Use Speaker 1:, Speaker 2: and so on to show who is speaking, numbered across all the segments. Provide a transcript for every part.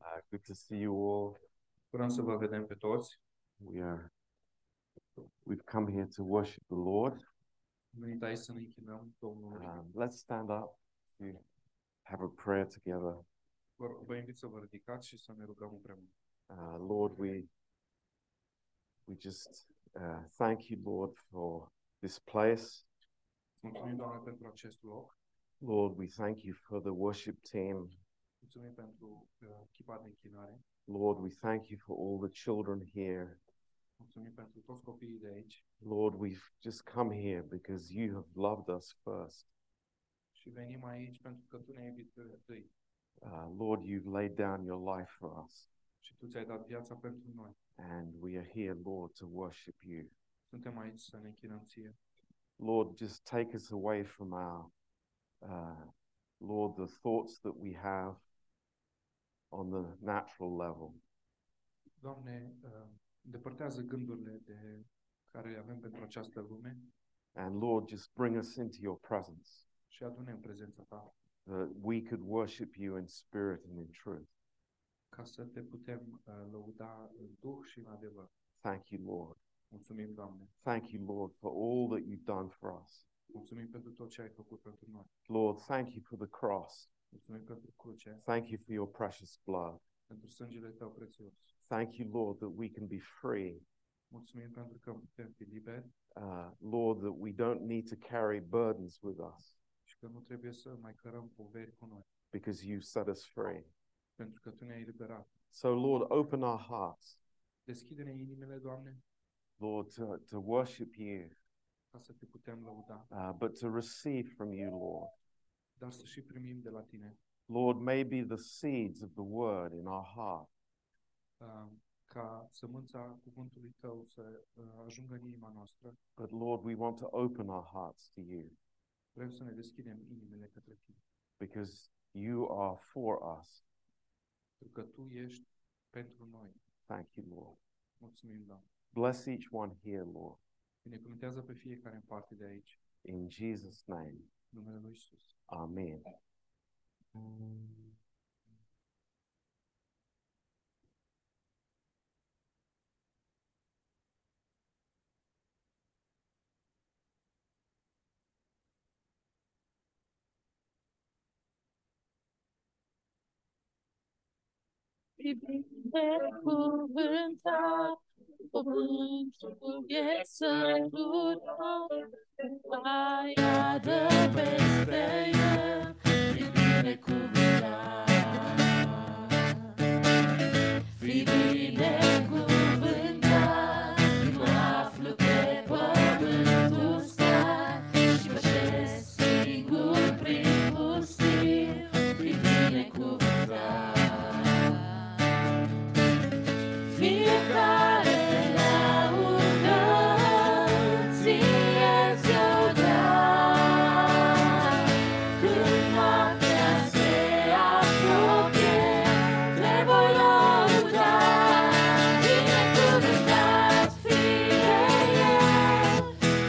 Speaker 1: Uh, good to see you all.
Speaker 2: Curăm să vă vedem pe toți.
Speaker 1: We are, we've come here to worship the Lord.
Speaker 2: Am venit aici să ne închinăm Domnului.
Speaker 1: Um, let's stand up to have a prayer together.
Speaker 2: Vă, vă invit să vă ridicați și să ne rugăm împreună.
Speaker 1: Uh, Lord, we we just uh, thank you, Lord, for this place.
Speaker 2: Mulțumim, Doamne, pentru acest loc.
Speaker 1: Lord, we thank you for the worship team.
Speaker 2: Mulțumim pentru uh, echipa de închinare.
Speaker 1: Lord, we thank you for all the children here.
Speaker 2: Mulțumim pentru toți copiii de aici.
Speaker 1: Lord, we've just come here because you have loved us first.
Speaker 2: Și venim aici pentru că Tu ne-ai iubit pe întâi.
Speaker 1: Uh, Lord, you've laid down your life for us,
Speaker 2: Și Tu ți-ai dat viața pentru noi.
Speaker 1: and we are here, Lord, to worship you.
Speaker 2: Suntem aici să ne închinăm Ție.
Speaker 1: Lord, just take us away from our, uh, Lord, the thoughts that we have on the natural level.
Speaker 2: Doamne, uh, depărtează gândurile de care le avem pentru această lume
Speaker 1: And Lord, just bring us into your presence
Speaker 2: și adune în prezența Ta
Speaker 1: that we could worship you in spirit and in truth.
Speaker 2: ca să Te putem uh, lăuda în Duh și în adevăr.
Speaker 1: Thank you, Lord.
Speaker 2: Mulțumim, Doamne.
Speaker 1: Thank you, Lord, for all that you've done for us.
Speaker 2: Mulțumim pentru tot ce ai făcut pentru noi.
Speaker 1: Lord, thank you for the cross.
Speaker 2: Mulțumim pentru cruce,
Speaker 1: Thank you for your precious blood.
Speaker 2: pentru sângele Tău prețios.
Speaker 1: Thank you, Lord, that we can be free.
Speaker 2: Mulțumim pentru că putem fi liberi
Speaker 1: Uh, Lord, that we don't need to carry burdens with us
Speaker 2: și că nu trebuie să mai cărăm poveri cu noi,
Speaker 1: because you set us free.
Speaker 2: pentru că Tu ne-ai eliberat.
Speaker 1: So, Lord, open our hearts,
Speaker 2: Deschide-ne inimile, Doamne,
Speaker 1: Lord, to, to worship you,
Speaker 2: ca să Te putem lăuda,
Speaker 1: uh, but to receive from you, Lord.
Speaker 2: dar să și primim de la Tine,
Speaker 1: Lord, maybe the seeds of the word in our heart,
Speaker 2: uh, ca sămânța cuvântului Tău să uh, ajungă în inima noastră.
Speaker 1: but Lord, we want to open our hearts to you
Speaker 2: Vrem să ne deschidem inimile către Tine,
Speaker 1: because you are for us.
Speaker 2: pentru că Tu ești pentru noi.
Speaker 1: Thank you, Lord.
Speaker 2: Mulțumim, Doamne.
Speaker 1: Bless each one here, Lord,
Speaker 2: Binecuvântează pe fiecare în parte de aici,
Speaker 1: in Jesus' name.
Speaker 2: în numele Lui Isus.
Speaker 1: Amen.
Speaker 3: Binecuvântat, cuvântul e sărutat, Paia de peste el e binecuvântat. Fii binecuvântat, mă aflu pe pământul stat Și pășesc singur prin pustiu, fii binecuvântat. Fiecare laudă ție ți-o dat. Când noaptea se apropie, te voi lăuda. Binecuvântat fie el,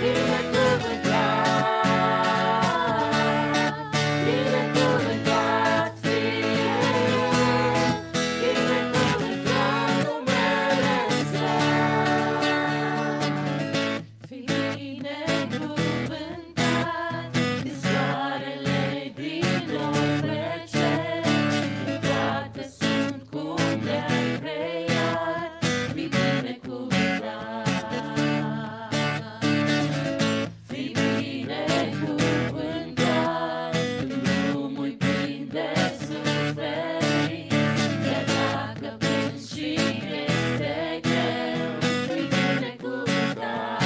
Speaker 3: binecuvântat. Binecuvântat fie el, Binecuvântat numele Său, Binecuvântat din soarele din nouă cer, Toate sunt cum le-ai creat, fii binecuvântat. Fii binecuvântat, nu-mi plin de suferință, Chiar dacă plângi și este greu, fii binecuvântat.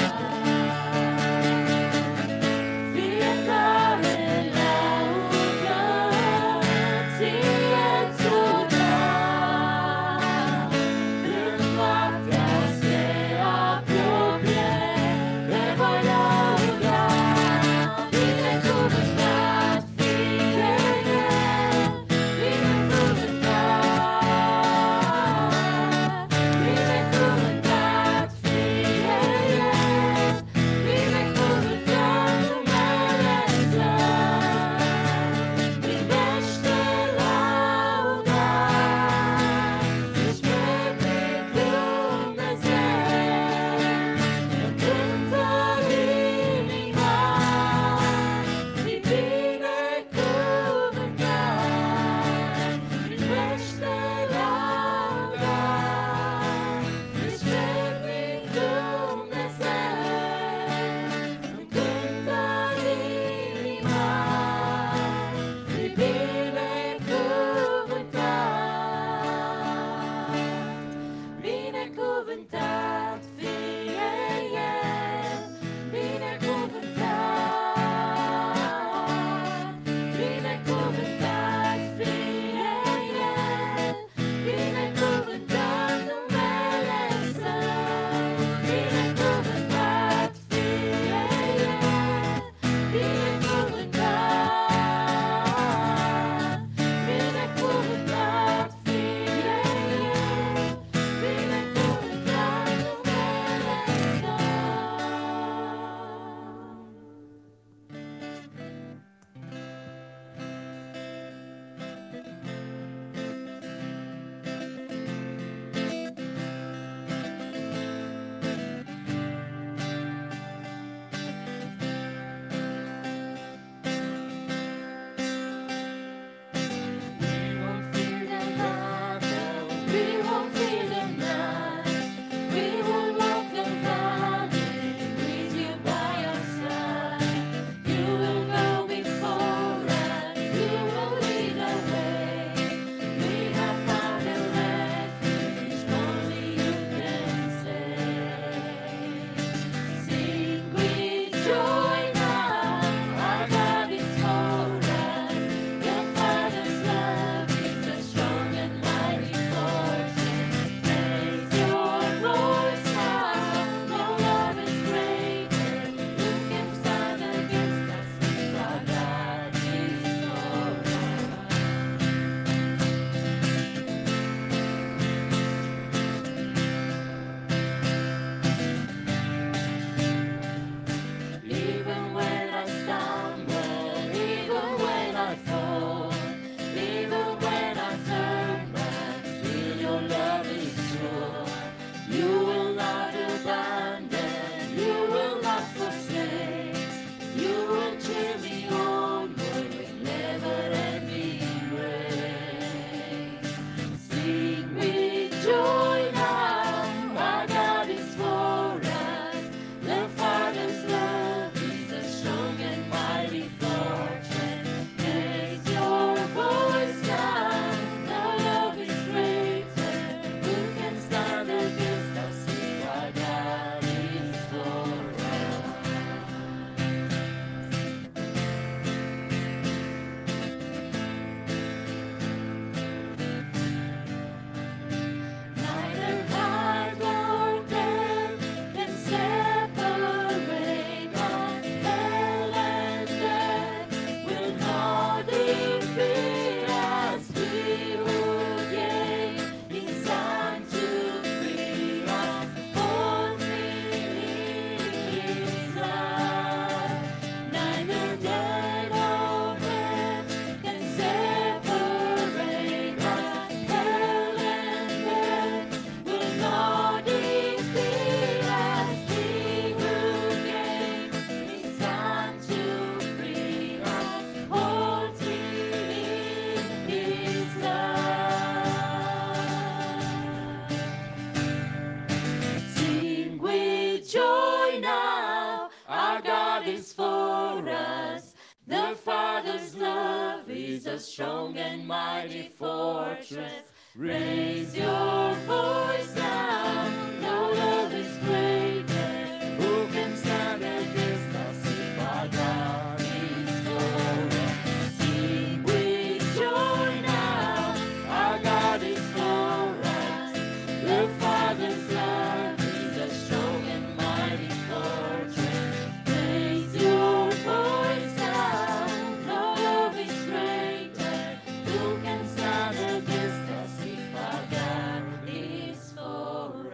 Speaker 3: a strong and mighty fortress. Raise your voice now. Now love is greater.
Speaker 4: Who can stand against us if our God is for us? Sing with joy now, our God is for us. The Father's love is a strong and mighty fortress.
Speaker 3: Raise your voice now. Now love is greater.
Speaker 4: Who can stand against us if our
Speaker 3: Our
Speaker 4: God
Speaker 3: God is for us.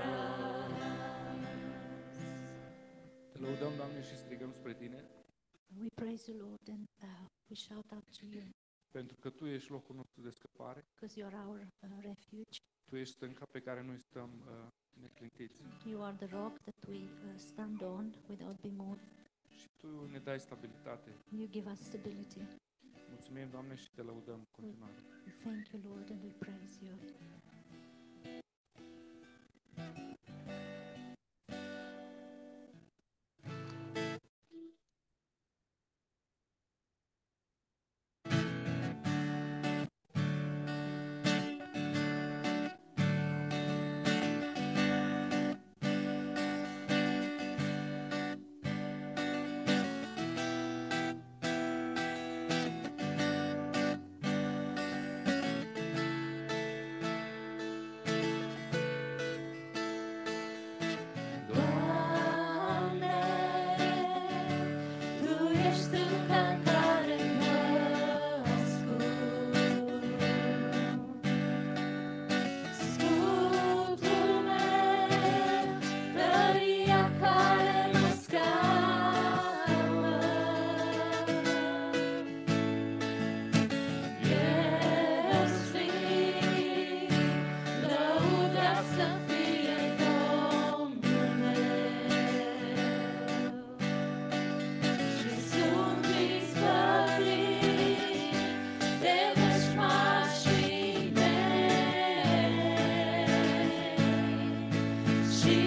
Speaker 2: Te lăudăm, Doamne, și strigăm spre Tine,
Speaker 5: We praise you, Lord, and uh, we shout out to you
Speaker 2: pentru că Tu ești locul nostru de scăpare,
Speaker 5: because you are our uh, refuge.
Speaker 2: Tu ești stânca pe care noi stăm uh, neclintiți
Speaker 5: You are the rock that we uh, stand on without being moved.
Speaker 2: și Tu ne dai stabilitate.
Speaker 5: You give us stability.
Speaker 2: Mulțumim, Doamne, și Te lăudăm în continuare.
Speaker 5: We thank you, Lord, and we praise you.
Speaker 3: Doamne, Tu ești stânca în care mă ascund. Scutul meu, tăria care mă scapă. Yes, fii, lăudat să fie Domnul meu. Și sunt izbăvit de veșmașii mei. Și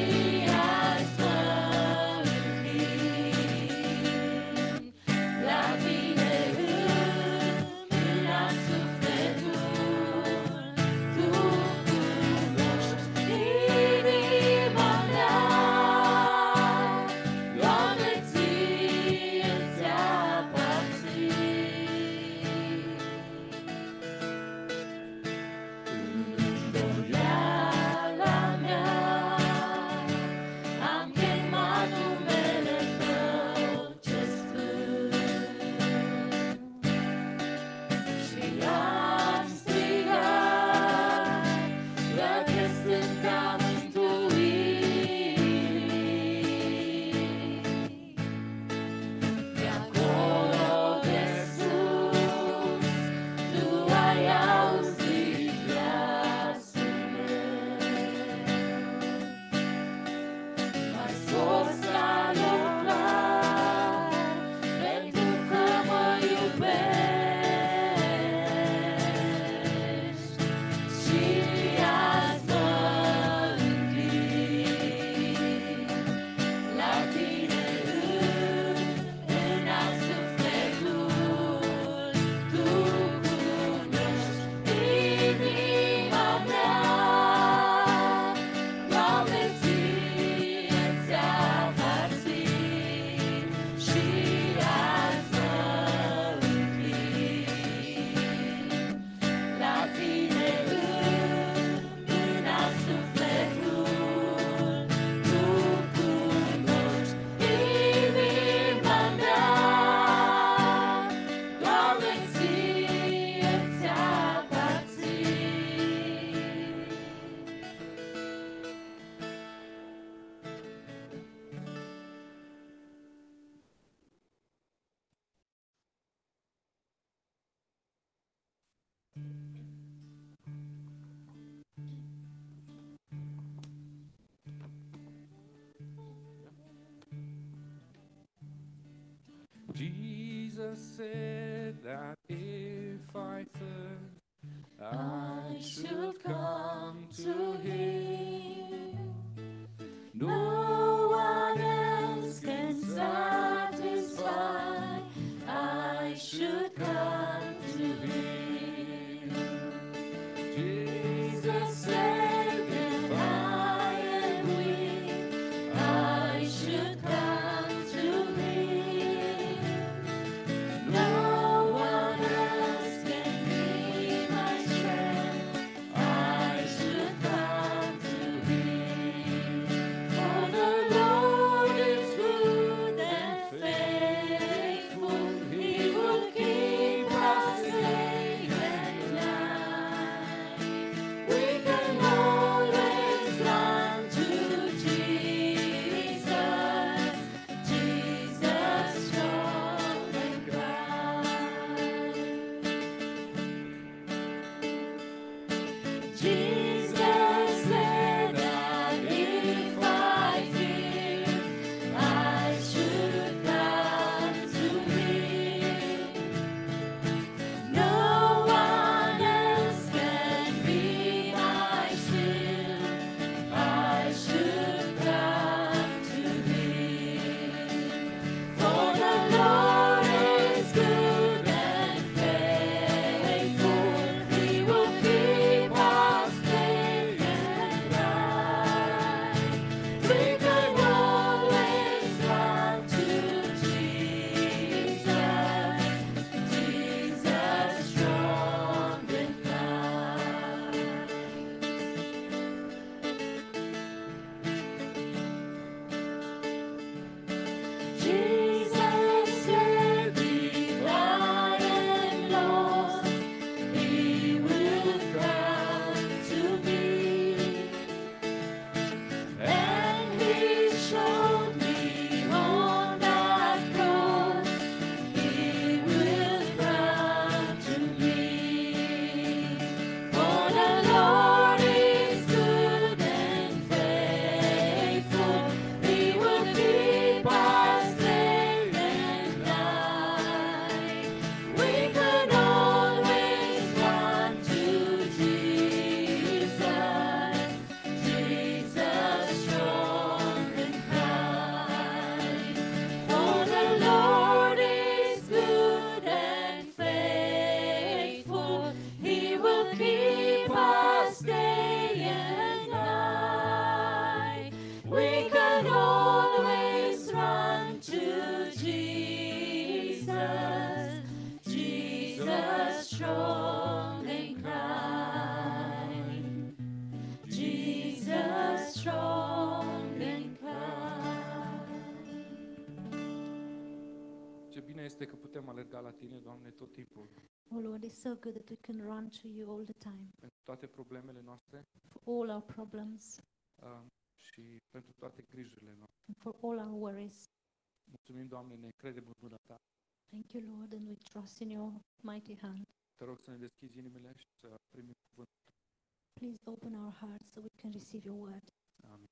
Speaker 3: azi mă închin la tine în sufletul, tu cunoști inima mea. Doamne, ție ți-aparțin. Îndoiala mea am chemat numele Tău ce sfânt. Și am strigat, Dacă sunt ca mântuit. De acolo de sus, Tu ai auzit glasul meu. Mai fost alocat pentru că mă iubești și azi mă înclin la tine în alt sufletul. Tu cunoști inima mea Doamne, ție ți-aparțin și azi mă înclin la tine în alt sufletul. Tu cunoști inima mea, Doamne, ție ți-aparțin.
Speaker 2: Jesus said that if I thirst, I should come to him.
Speaker 3: No one else can satisfy. I should come to Him.
Speaker 2: Ce bine este că putem alerga la Tine, Doamne, tot timpul,
Speaker 5: Oh Lord, it's so good that we can run to you all the time
Speaker 2: pentru toate problemele noastre
Speaker 5: for all our problems
Speaker 2: uh, și pentru toate grijurile noastre.
Speaker 5: and for all our worries.
Speaker 2: Mulțumim, Doamne, ne credem în mâna Ta.
Speaker 5: Thank you, Lord, and we trust in your mighty hand.
Speaker 2: Te rog să ne deschizi inimile și să primim cuvântul.
Speaker 5: Please open our hearts so we can receive your word.
Speaker 2: Amin.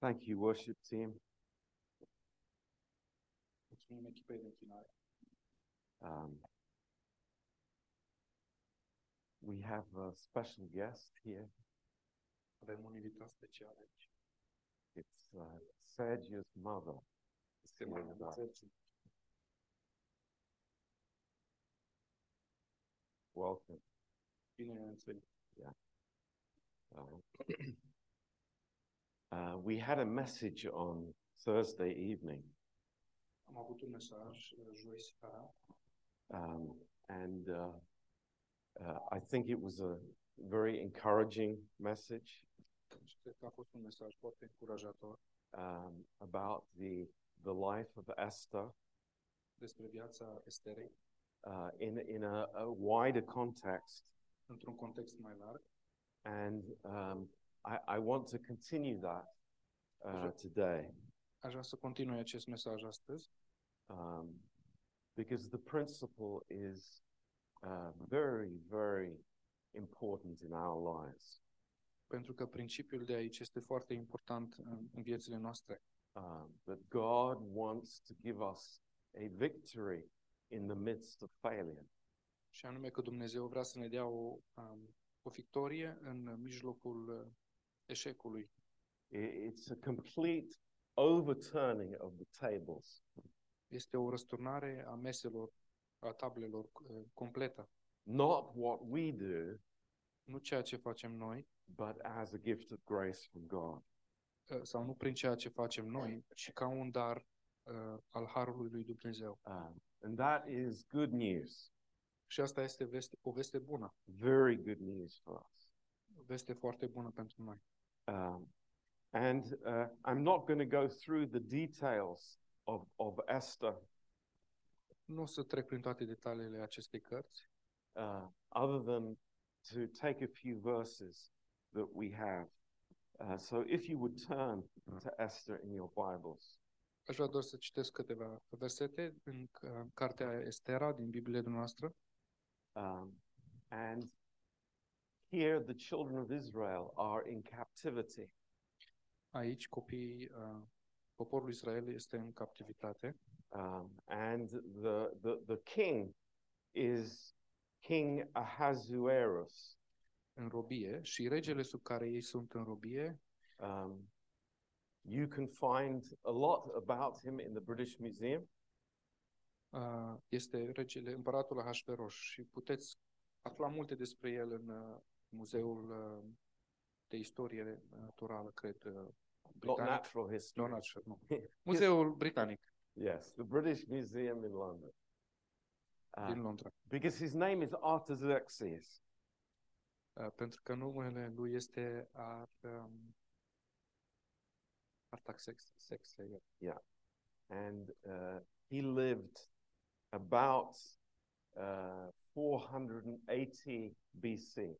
Speaker 1: Thank you, worship team.
Speaker 2: Mulțumim echipei de închinare.
Speaker 1: Um, we have a special guest here.
Speaker 2: Avem un invitat special aici.
Speaker 1: It's uh, Sergio's mother.
Speaker 2: Este
Speaker 1: Bine,
Speaker 2: Maria
Speaker 1: da.
Speaker 2: Sergiu.
Speaker 1: Welcome.
Speaker 2: Bine ați venit.
Speaker 1: Uh, we had a message on Thursday evening,
Speaker 2: Am avut un mesaj uh, joi seara
Speaker 1: um, and uh, uh, I think it was a very encouraging message
Speaker 2: și Deci, cred că a fost un mesaj foarte încurajator
Speaker 1: um, about the the life of Esther
Speaker 2: despre viața Esterei
Speaker 1: uh, in in a, a wider context,
Speaker 2: într-un context mai larg.
Speaker 1: and um, I, I want to continue that uh, today.
Speaker 2: Aș vrea să continui acest mesaj astăzi,
Speaker 1: um, because the principle is uh, very, very important in our lives.
Speaker 2: pentru că principiul de aici este foarte important în, în viețile noastre.
Speaker 1: Um, that God wants to give us a victory in the midst of failure.
Speaker 2: Și anume că Dumnezeu vrea să ne dea o, um, o victorie în mijlocul uh, eșecului.
Speaker 1: I- It's a complete overturning of the tables.
Speaker 2: Este o răsturnare a meselor, a tablelor uh, completă.
Speaker 1: Not what we do,
Speaker 2: Nu ceea ce facem noi,
Speaker 1: but as a gift of grace from God.
Speaker 2: uh, sau nu prin ceea ce facem noi, ci ca un dar uh, al Harului lui Dumnezeu.
Speaker 1: Um, and that is good news,
Speaker 2: Și asta este veste, o veste bună,
Speaker 1: very good news for us.
Speaker 2: o veste foarte bună pentru noi.
Speaker 1: Um, and uh, I'm not going to go through the details of, of Esther,
Speaker 2: Nu o să trec prin toate detaliile acestei cărți,
Speaker 1: uh, other than to take a few verses that we have. Uh, so if you would turn to Esther in your Bibles,
Speaker 2: Aș vrea doar să citesc câteva versete în uh, cartea Estera din Biblia dumneavoastră.
Speaker 1: um, and here the children of Israel are in captivity,
Speaker 2: Aici copiii uh, poporul Israel este în captivitate
Speaker 1: um, and the, the, the king is King Ahasuerus.
Speaker 2: în robie și regele sub care ei sunt în robie,
Speaker 1: Um, you can find a lot about him in the British Museum.
Speaker 2: uh, este regele împăratul Ahasveros și puteți afla multe despre el în uh, muzeul uh, de istorie naturală, cred, uh,
Speaker 1: Not
Speaker 2: britanic.
Speaker 1: natural history.
Speaker 2: Nu, național, nu. Muzeul britanic
Speaker 1: Yes, the British Museum in London. Uh,
Speaker 2: din Londra.
Speaker 1: because his name is Artaxerxes.
Speaker 2: Uh, pentru că numele lui este Ar, um, Artaxerxes. yeah.
Speaker 1: And uh, he lived about uh, 480 BC.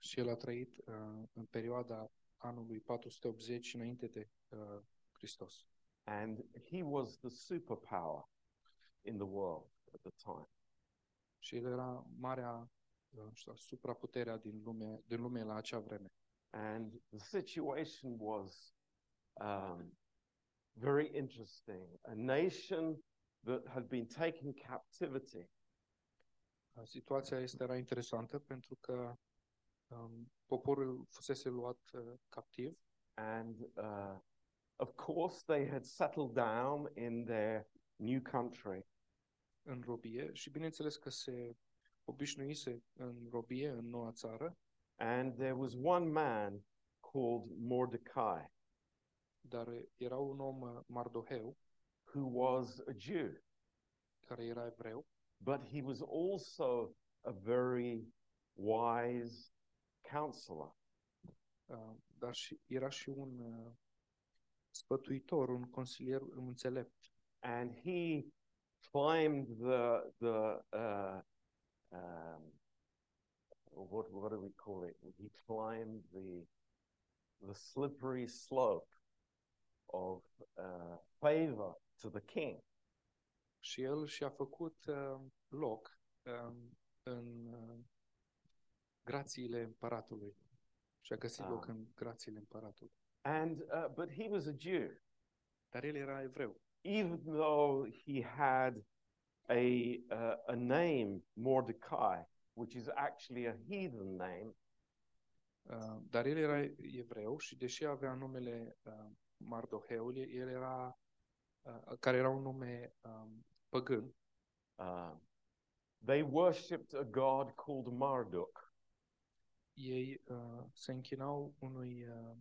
Speaker 2: Și el a trăit uh, în perioada anului 480 înainte de uh, Hristos.
Speaker 1: And he was the superpower in the world at the time.
Speaker 2: Și el era marea uh, nu știu, supraputerea din lume, din lume la acea vreme.
Speaker 1: And the situation was um, very interesting. A nation that had been taken captivity
Speaker 2: Situația este era interesantă pentru că um, poporul fusese luat uh, captiv
Speaker 1: And uh, of course, they had settled down in their new country.
Speaker 2: în robie și bineînțeles că se obișnuise în robie, în noua țară,
Speaker 1: And there was one man called Mordecai
Speaker 2: dar era un om uh, mardoheu,
Speaker 1: who was a Jew,
Speaker 2: care era evreu,
Speaker 1: but he was also a very wise counselor.
Speaker 2: uh, dar și, era și un uh, spătuitor, un consilier înțelept.
Speaker 1: And he climbed the, the uh, um, what, what do we call it? He climbed the, the slippery slope of uh, favor to the king.
Speaker 2: Și el și-a făcut uh, loc uh, în uh, grațiile împăratului. Și-a găsit
Speaker 1: Ah.
Speaker 2: loc în grațiile împăratului.
Speaker 1: And uh, but he was a Jew,
Speaker 2: Dar el era evreu.
Speaker 1: even though he had a uh, a name Mordecai, which is actually a heathen name.
Speaker 2: Uh, dar el era evreu și deși avea numele uh, Mardoheul, el era, uh, care era un nume um, păgân,
Speaker 1: Um, they worshipped a god called Marduk,
Speaker 2: ei uh, se închinau unui, uh,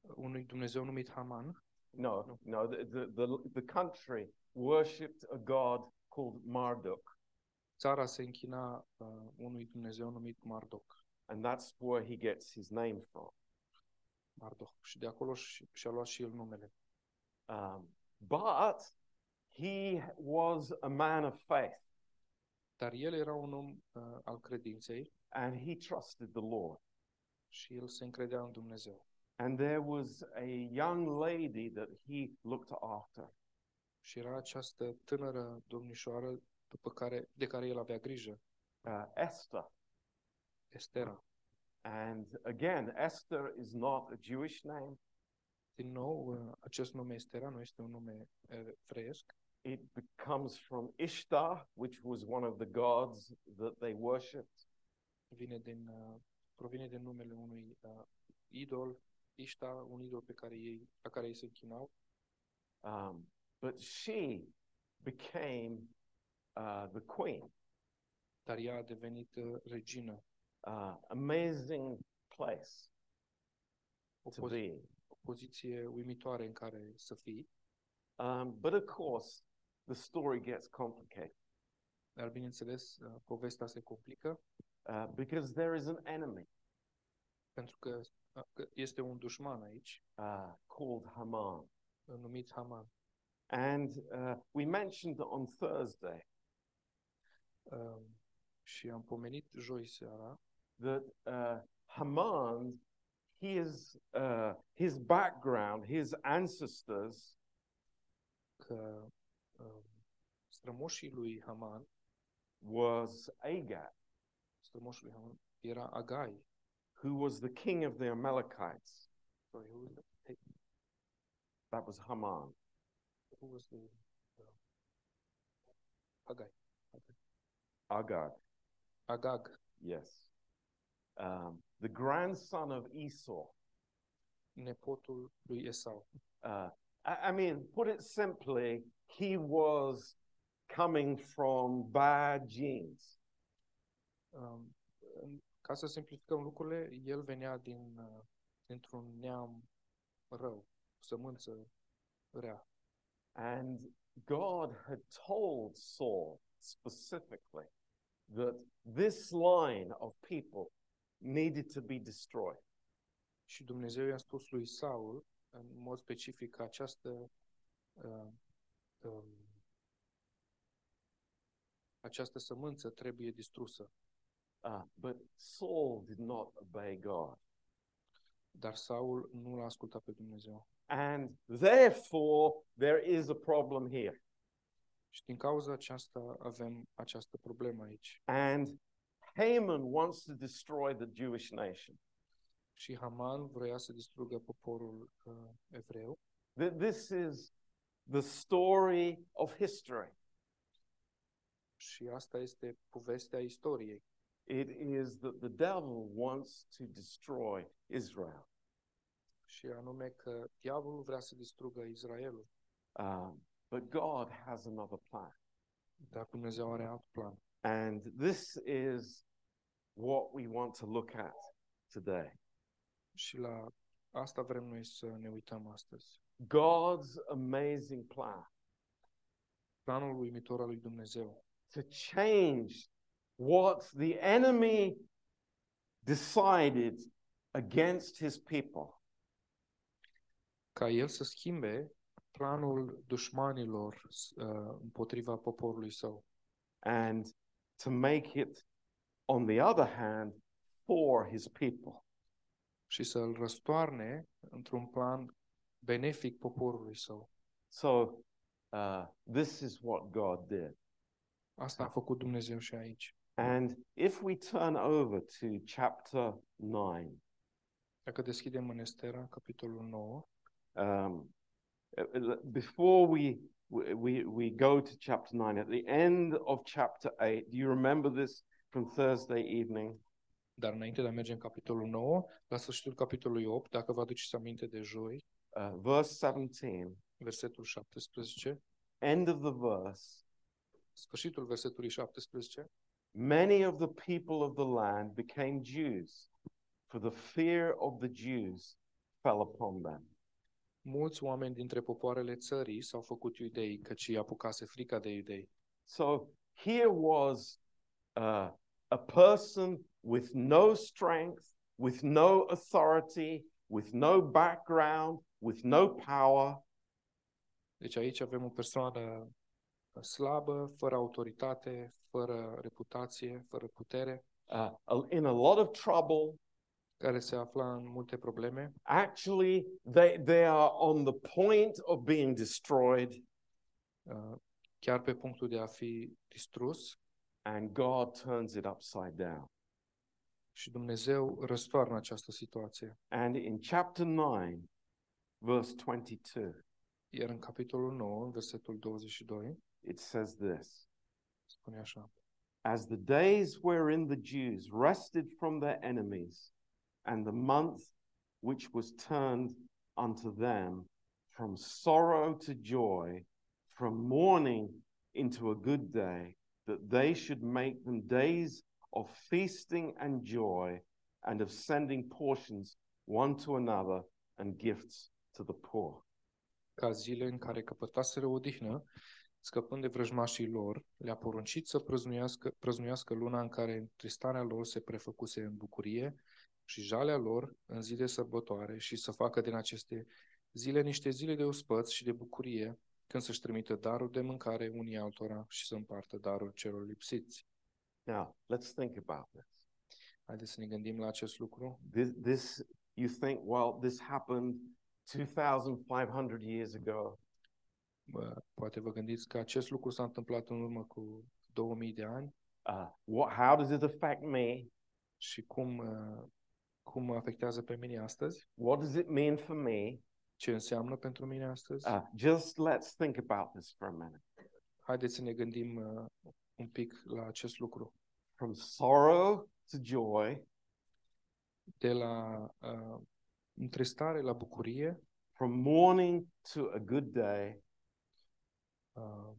Speaker 2: unui Dumnezeu numit Haman,
Speaker 1: No, no. The, the, the, the country worshipped a god called Marduk,
Speaker 2: țara se închina uh, unui Dumnezeu numit Mardoc.
Speaker 1: and that's where he gets his name from.
Speaker 2: Mardoch. Și de acolo și- și-a luat și el numele.
Speaker 1: Um, but he was a man of faith,
Speaker 2: Dar el era un om uh, al credinței
Speaker 1: and he trusted the Lord.
Speaker 2: și el se încredea în Dumnezeu.
Speaker 1: And there was a young lady that he looked after,
Speaker 2: Și era această tânără domnișoară după care, de care el avea grijă,
Speaker 1: uh, Esther.
Speaker 2: Estera.
Speaker 1: And again, Esther is not a Jewish name.
Speaker 2: Din nou, uh, acest nume Estera nu este un nume uh, freiesc.
Speaker 1: It comes from Ishtar, which was one of the gods that they worshipped.
Speaker 2: Vine din, uh, provine din numele unui uh, idol, Ișta, un idol pe care ei, la care ei se închinau.
Speaker 1: Um, but she became uh, the queen.
Speaker 2: Dar ea a devenit uh, regină.
Speaker 1: Uh, amazing place
Speaker 2: O,
Speaker 1: to
Speaker 2: pozi-
Speaker 1: be.
Speaker 2: o poziție uimitoare în care să fii.
Speaker 1: Um, but of course, the story gets complicated
Speaker 2: Dar, bineînțeles, uh, povestea se complică.
Speaker 1: uh, because there is an enemy
Speaker 2: pentru că uh, că este un dușman aici,
Speaker 1: uh, called Haman.
Speaker 2: numit Haman.
Speaker 1: And uh, we mentioned on Thursday
Speaker 2: Um, și am pomenit joi seara
Speaker 1: that uh, Haman, his, uh, his background, his ancestors
Speaker 2: că um, strămoșii lui Haman,
Speaker 1: was Agag,
Speaker 2: strămoșul lui Haman era Agai,
Speaker 1: who was the king of the Amalekites.
Speaker 2: sorry, who was the,
Speaker 1: That was Haman.
Speaker 2: who was the uh, Agai,
Speaker 1: Agag,
Speaker 2: Agag,
Speaker 1: yes. Um, the grandson of Esau.
Speaker 2: nepotul lui Esau.
Speaker 1: Uh, I, I mean, put it simply, he was coming from bad genes.
Speaker 2: Um, în- ca să simplificăm lucrurile, el venea din, uh, dintr-un neam rău, sămânță rea.
Speaker 1: And God had told Saul specifically that this line of people needed to be destroyed.
Speaker 2: Și Dumnezeu i-a spus lui Saul, în mod specific, că această, uh, um, această sămânță trebuie distrusă.
Speaker 1: Uh, but Saul did not obey God.
Speaker 2: Dar Saul nu l-a ascultat pe Dumnezeu.
Speaker 1: And therefore, there is a problem here.
Speaker 2: Și din cauza aceasta avem această problemă aici.
Speaker 1: And Haman wants to destroy the Jewish nation.
Speaker 2: Și Haman vrea să distrugă poporul uh, evreu.
Speaker 1: Th- This is the story of history.
Speaker 2: Și asta este povestea istoriei.
Speaker 1: It is that the devil wants to destroy Israel.
Speaker 2: Și anume că diavolul vrea să distrugă Israelul,
Speaker 1: Um, but God has another plan.
Speaker 2: dar Dumnezeu are alt plan.
Speaker 1: And this is what we want to look at today.
Speaker 2: Și la asta vrem noi să ne uităm astăzi.
Speaker 1: God's amazing plan
Speaker 2: Planul uimitor al lui Dumnezeu
Speaker 1: to change what the enemy decided against his people
Speaker 2: ca el să schimbe planul dușmanilor s- uh, împotriva poporului său
Speaker 1: and to make it, on the other hand, for his people.
Speaker 2: și să îl răstoarne într-un plan benefic poporului său.
Speaker 1: So, uh, this is what God did.
Speaker 2: Asta a făcut Dumnezeu și aici.
Speaker 1: And if we turn over to chapter 9,
Speaker 2: Dacă deschidem în Estera, capitolul 9,
Speaker 1: um, uh, uh, before we, we, we go to chapter 9, at the end of chapter 8, do you remember this from Thursday evening?
Speaker 2: dar înainte de a merge în capitolul 9, la sfârșitul capitolului 8, dacă vă aduceți aminte de joi,
Speaker 1: Uh, verse 17,
Speaker 2: versetul 17,
Speaker 1: end of the verse,
Speaker 2: sfârșitul versetului 17,
Speaker 1: many of the people of the land became Jews, for the fear of the Jews fell upon them.
Speaker 2: mulți oameni dintre popoarele țării s-au făcut iudei, căci îi apucase frica de iudei.
Speaker 1: So here was uh, a person with no strength, with no authority, with no background, with no power,
Speaker 2: Deci aici avem o persoană slabă, fără autoritate, fără reputație, fără putere,
Speaker 1: uh, in a lot of trouble.
Speaker 2: care se afla în multe probleme.
Speaker 1: Actually, they, they are on the point of being destroyed,
Speaker 2: uh, chiar pe punctul de a fi distrus
Speaker 1: and God turns it upside down.
Speaker 2: și Dumnezeu răstoarnă această situație.
Speaker 1: And in chapter 9, verse 22,
Speaker 2: Iar în capitolul 9, în versetul 22,
Speaker 1: it says this.
Speaker 2: spune așa.
Speaker 1: as the days wherein the Jews rested from their enemies, and the month which was turned unto them from sorrow to joy, from mourning into a good day, that they should make them days of feasting and joy, and of sending portions one to another and gifts to the poor.
Speaker 2: Ca zile în care căpătaseră odihnă, scăpând de vrăjmașii lor, le-a poruncit să prăznuiască, prăznuiască luna în care întristarea lor se prefăcuse în bucurie și jalea lor în zi de sărbătoare și să facă din aceste zile niște zile de ospăț și de bucurie, când să-și trimită daruri de mâncare unii altora și să împartă darul celor lipsiți.
Speaker 1: Now, let's think about this.
Speaker 2: Haideți să ne gândim la acest lucru.
Speaker 1: this, this you think well this happened 2500 years ago
Speaker 2: Bă, Poate vă gândiți că acest lucru s-a întâmplat în urmă cu 2000 de ani
Speaker 1: uh, what how does it affect me
Speaker 2: și cum, uh, cum mă afectează pe mine astăzi,
Speaker 1: what does it mean for me
Speaker 2: ce înseamnă pentru mine astăzi.
Speaker 1: uh, just let's think about this for a minute
Speaker 2: Haideți să ne gândim uh, un pic la acest lucru.
Speaker 1: from sorrow to joy
Speaker 2: De la uh, întristare la bucurie,
Speaker 1: from mourning to a good day
Speaker 2: uh,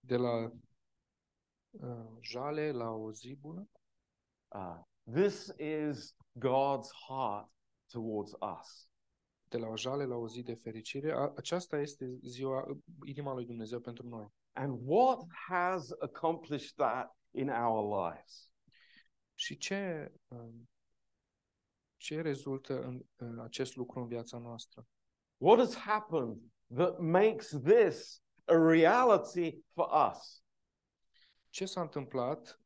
Speaker 2: de la uh, jale la o zi bună,
Speaker 1: uh, this is god's heart towards us
Speaker 2: de la o jale la o zi de fericire. A, aceasta este ziua, inima lui Dumnezeu pentru noi.
Speaker 1: and what has accomplished that in our lives
Speaker 2: Și ce, um, ce rezultă în, în acest lucru în viața noastră?
Speaker 1: What has happened that makes this a reality for us?
Speaker 2: Ce s-a întâmplat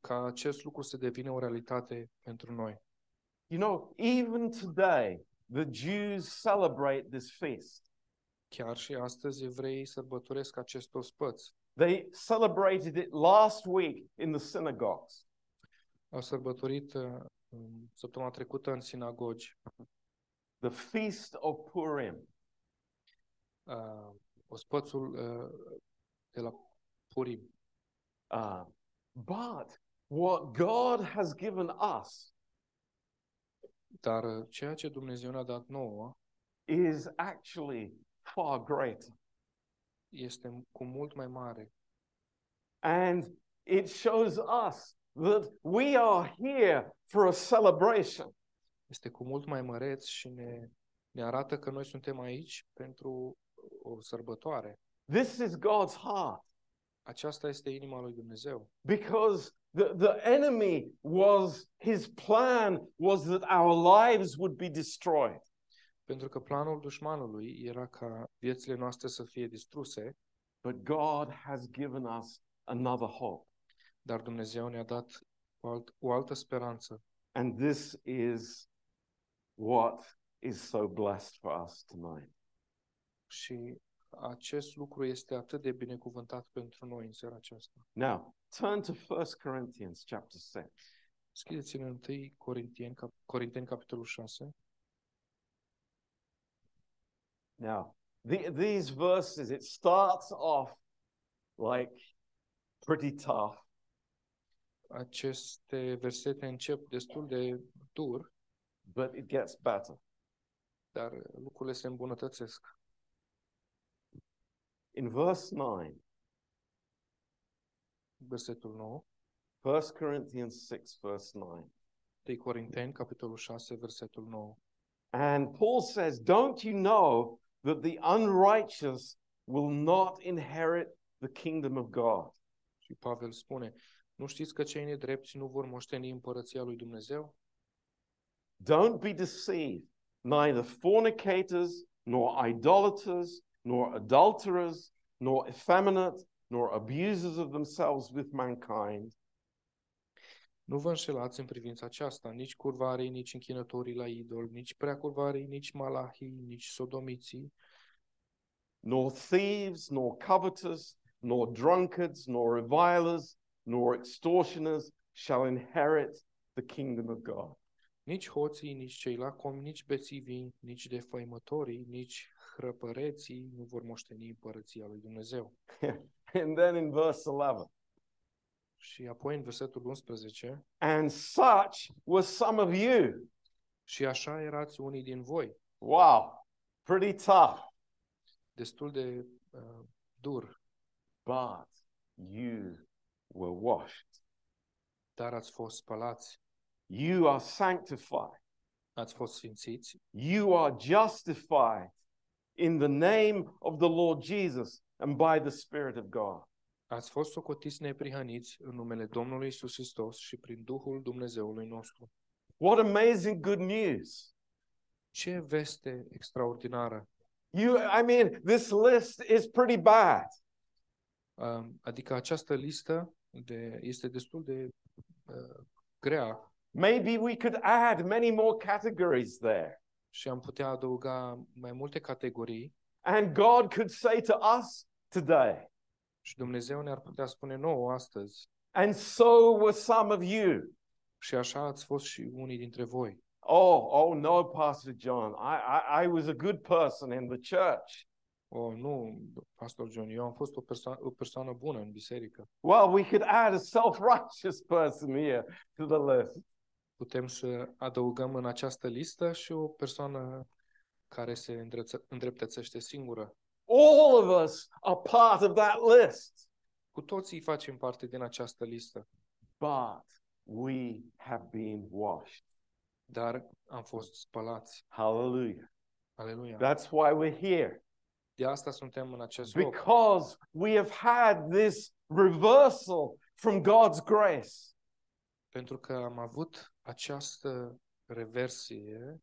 Speaker 2: ca acest lucru să devină o realitate pentru noi?
Speaker 1: You know, even today, the Jews celebrate this feast.
Speaker 2: Chiar și astăzi evreii sărbătoresc acest ospăț.
Speaker 1: They celebrated it last week in the synagogues.
Speaker 2: Au sărbătorit uh, în săptămâna trecută în sinagogi
Speaker 1: The feast of Purim
Speaker 2: uh, ospățul uh, de la Purim.
Speaker 1: Um, but what God has given us
Speaker 2: Dar uh, ceea ce Dumnezeu ne-a dat nouă
Speaker 1: is actually far greater.
Speaker 2: este cu mult mai mare
Speaker 1: And it shows us that we are here for a celebration.
Speaker 2: este cu mult mai măreț și ne, ne arată că noi suntem aici pentru o sărbătoare.
Speaker 1: This is God's heart
Speaker 2: Aceasta este inima lui Dumnezeu,
Speaker 1: because the, the enemy was, his plan was that our lives would be destroyed.
Speaker 2: pentru că planul dușmanului era ca viețile noastre să fie distruse,
Speaker 1: But God has given us another hope.
Speaker 2: dar Dumnezeu ne-a dat o, alt, o altă speranță.
Speaker 1: And this is what is so blessed for us tonight.
Speaker 2: Și acest lucru este atât de binecuvântat pentru noi în seara aceasta.
Speaker 1: Now, turn to 1 Corinthians chapter 6.
Speaker 2: Scrieți-ne în 1 Corinteni, cap, Corinteni capitolul 6.
Speaker 1: Now, the, these verses, it starts off like pretty tough,
Speaker 2: Aceste versete încep destul de dur,
Speaker 1: but it gets better.
Speaker 2: dar lucrurile se îmbunătățesc.
Speaker 1: In verse 9,
Speaker 2: Versetul 9,
Speaker 1: 1 Corinthians 6, verse 9.
Speaker 2: 1 Corinteni capitolul 6, versetul 9.
Speaker 1: And Paul says, Don't you know that the unrighteous will not inherit the kingdom of God?
Speaker 2: Și Pavel spune, nu știți că cei nedrepți nu vor moșteni împărăția lui Dumnezeu?
Speaker 1: Don't be deceived. Neither fornicators, nor idolaters, nor adulterers, nor effeminate, nor abusers of themselves with mankind,
Speaker 2: Nu vă înșelați în privința aceasta, nici curvarei, nici închinătorii la idol, nici preacurvarei, nici malahii, nici sodomiții,
Speaker 1: nor thieves, nor covetous, nor drunkards, nor revilers, nor extortioners shall inherit the kingdom of God.
Speaker 2: nici hoții, nici cei lacomi, nici bețivii, nici defăimătorii, nici hrăpăreții nu vor moșteni împărăția lui Dumnezeu.
Speaker 1: And then in verse 11,
Speaker 2: Și apoi în versetul 11,
Speaker 1: and such were some of you.
Speaker 2: și așa erați unii din voi,
Speaker 1: Wow, pretty tough.
Speaker 2: destul de uh, dur,
Speaker 1: But you were washed.
Speaker 2: dar ați fost spălați,
Speaker 1: You are sanctified.
Speaker 2: ați fost sfințiți
Speaker 1: You are justified in the name of the Lord Jesus and by the Spirit of God.
Speaker 2: Ați fost socotiți neprihăniți în numele Domnului Isus Hristos și prin Duhul Dumnezeului nostru.
Speaker 1: What amazing good news.
Speaker 2: Ce veste extraordinară!
Speaker 1: You I mean this list is pretty bad.
Speaker 2: Um, Adică această listă de, este destul de uh, grea
Speaker 1: Maybe we could add many more categories there.
Speaker 2: și am putea adăuga mai multe categorii
Speaker 1: And God could say to us today,
Speaker 2: și Dumnezeu ne-ar putea spune nouă astăzi.
Speaker 1: and so were some of you.
Speaker 2: Și așa ați fost și unii dintre voi.
Speaker 1: Oh, oh no, Pastor John. I, I, I was a good person in the church.
Speaker 2: O, nu, Pastor John, eu am fost o, perso- o persoană bună în biserică.
Speaker 1: Well, we could add a self-righteous person here to the list.
Speaker 2: putem să adăugăm în această listă și o persoană care se îndreptă- îndreptățește singură.
Speaker 1: All of us are part of that list,
Speaker 2: Cu toții facem parte din această listă,
Speaker 1: but we have been washed.
Speaker 2: dar am fost spălați.
Speaker 1: Hallelujah.
Speaker 2: Aleluia!
Speaker 1: That's why we're here,
Speaker 2: De asta suntem în acest loc,
Speaker 1: because we have had this reversal from God's grace.
Speaker 2: pentru că am avut această reversie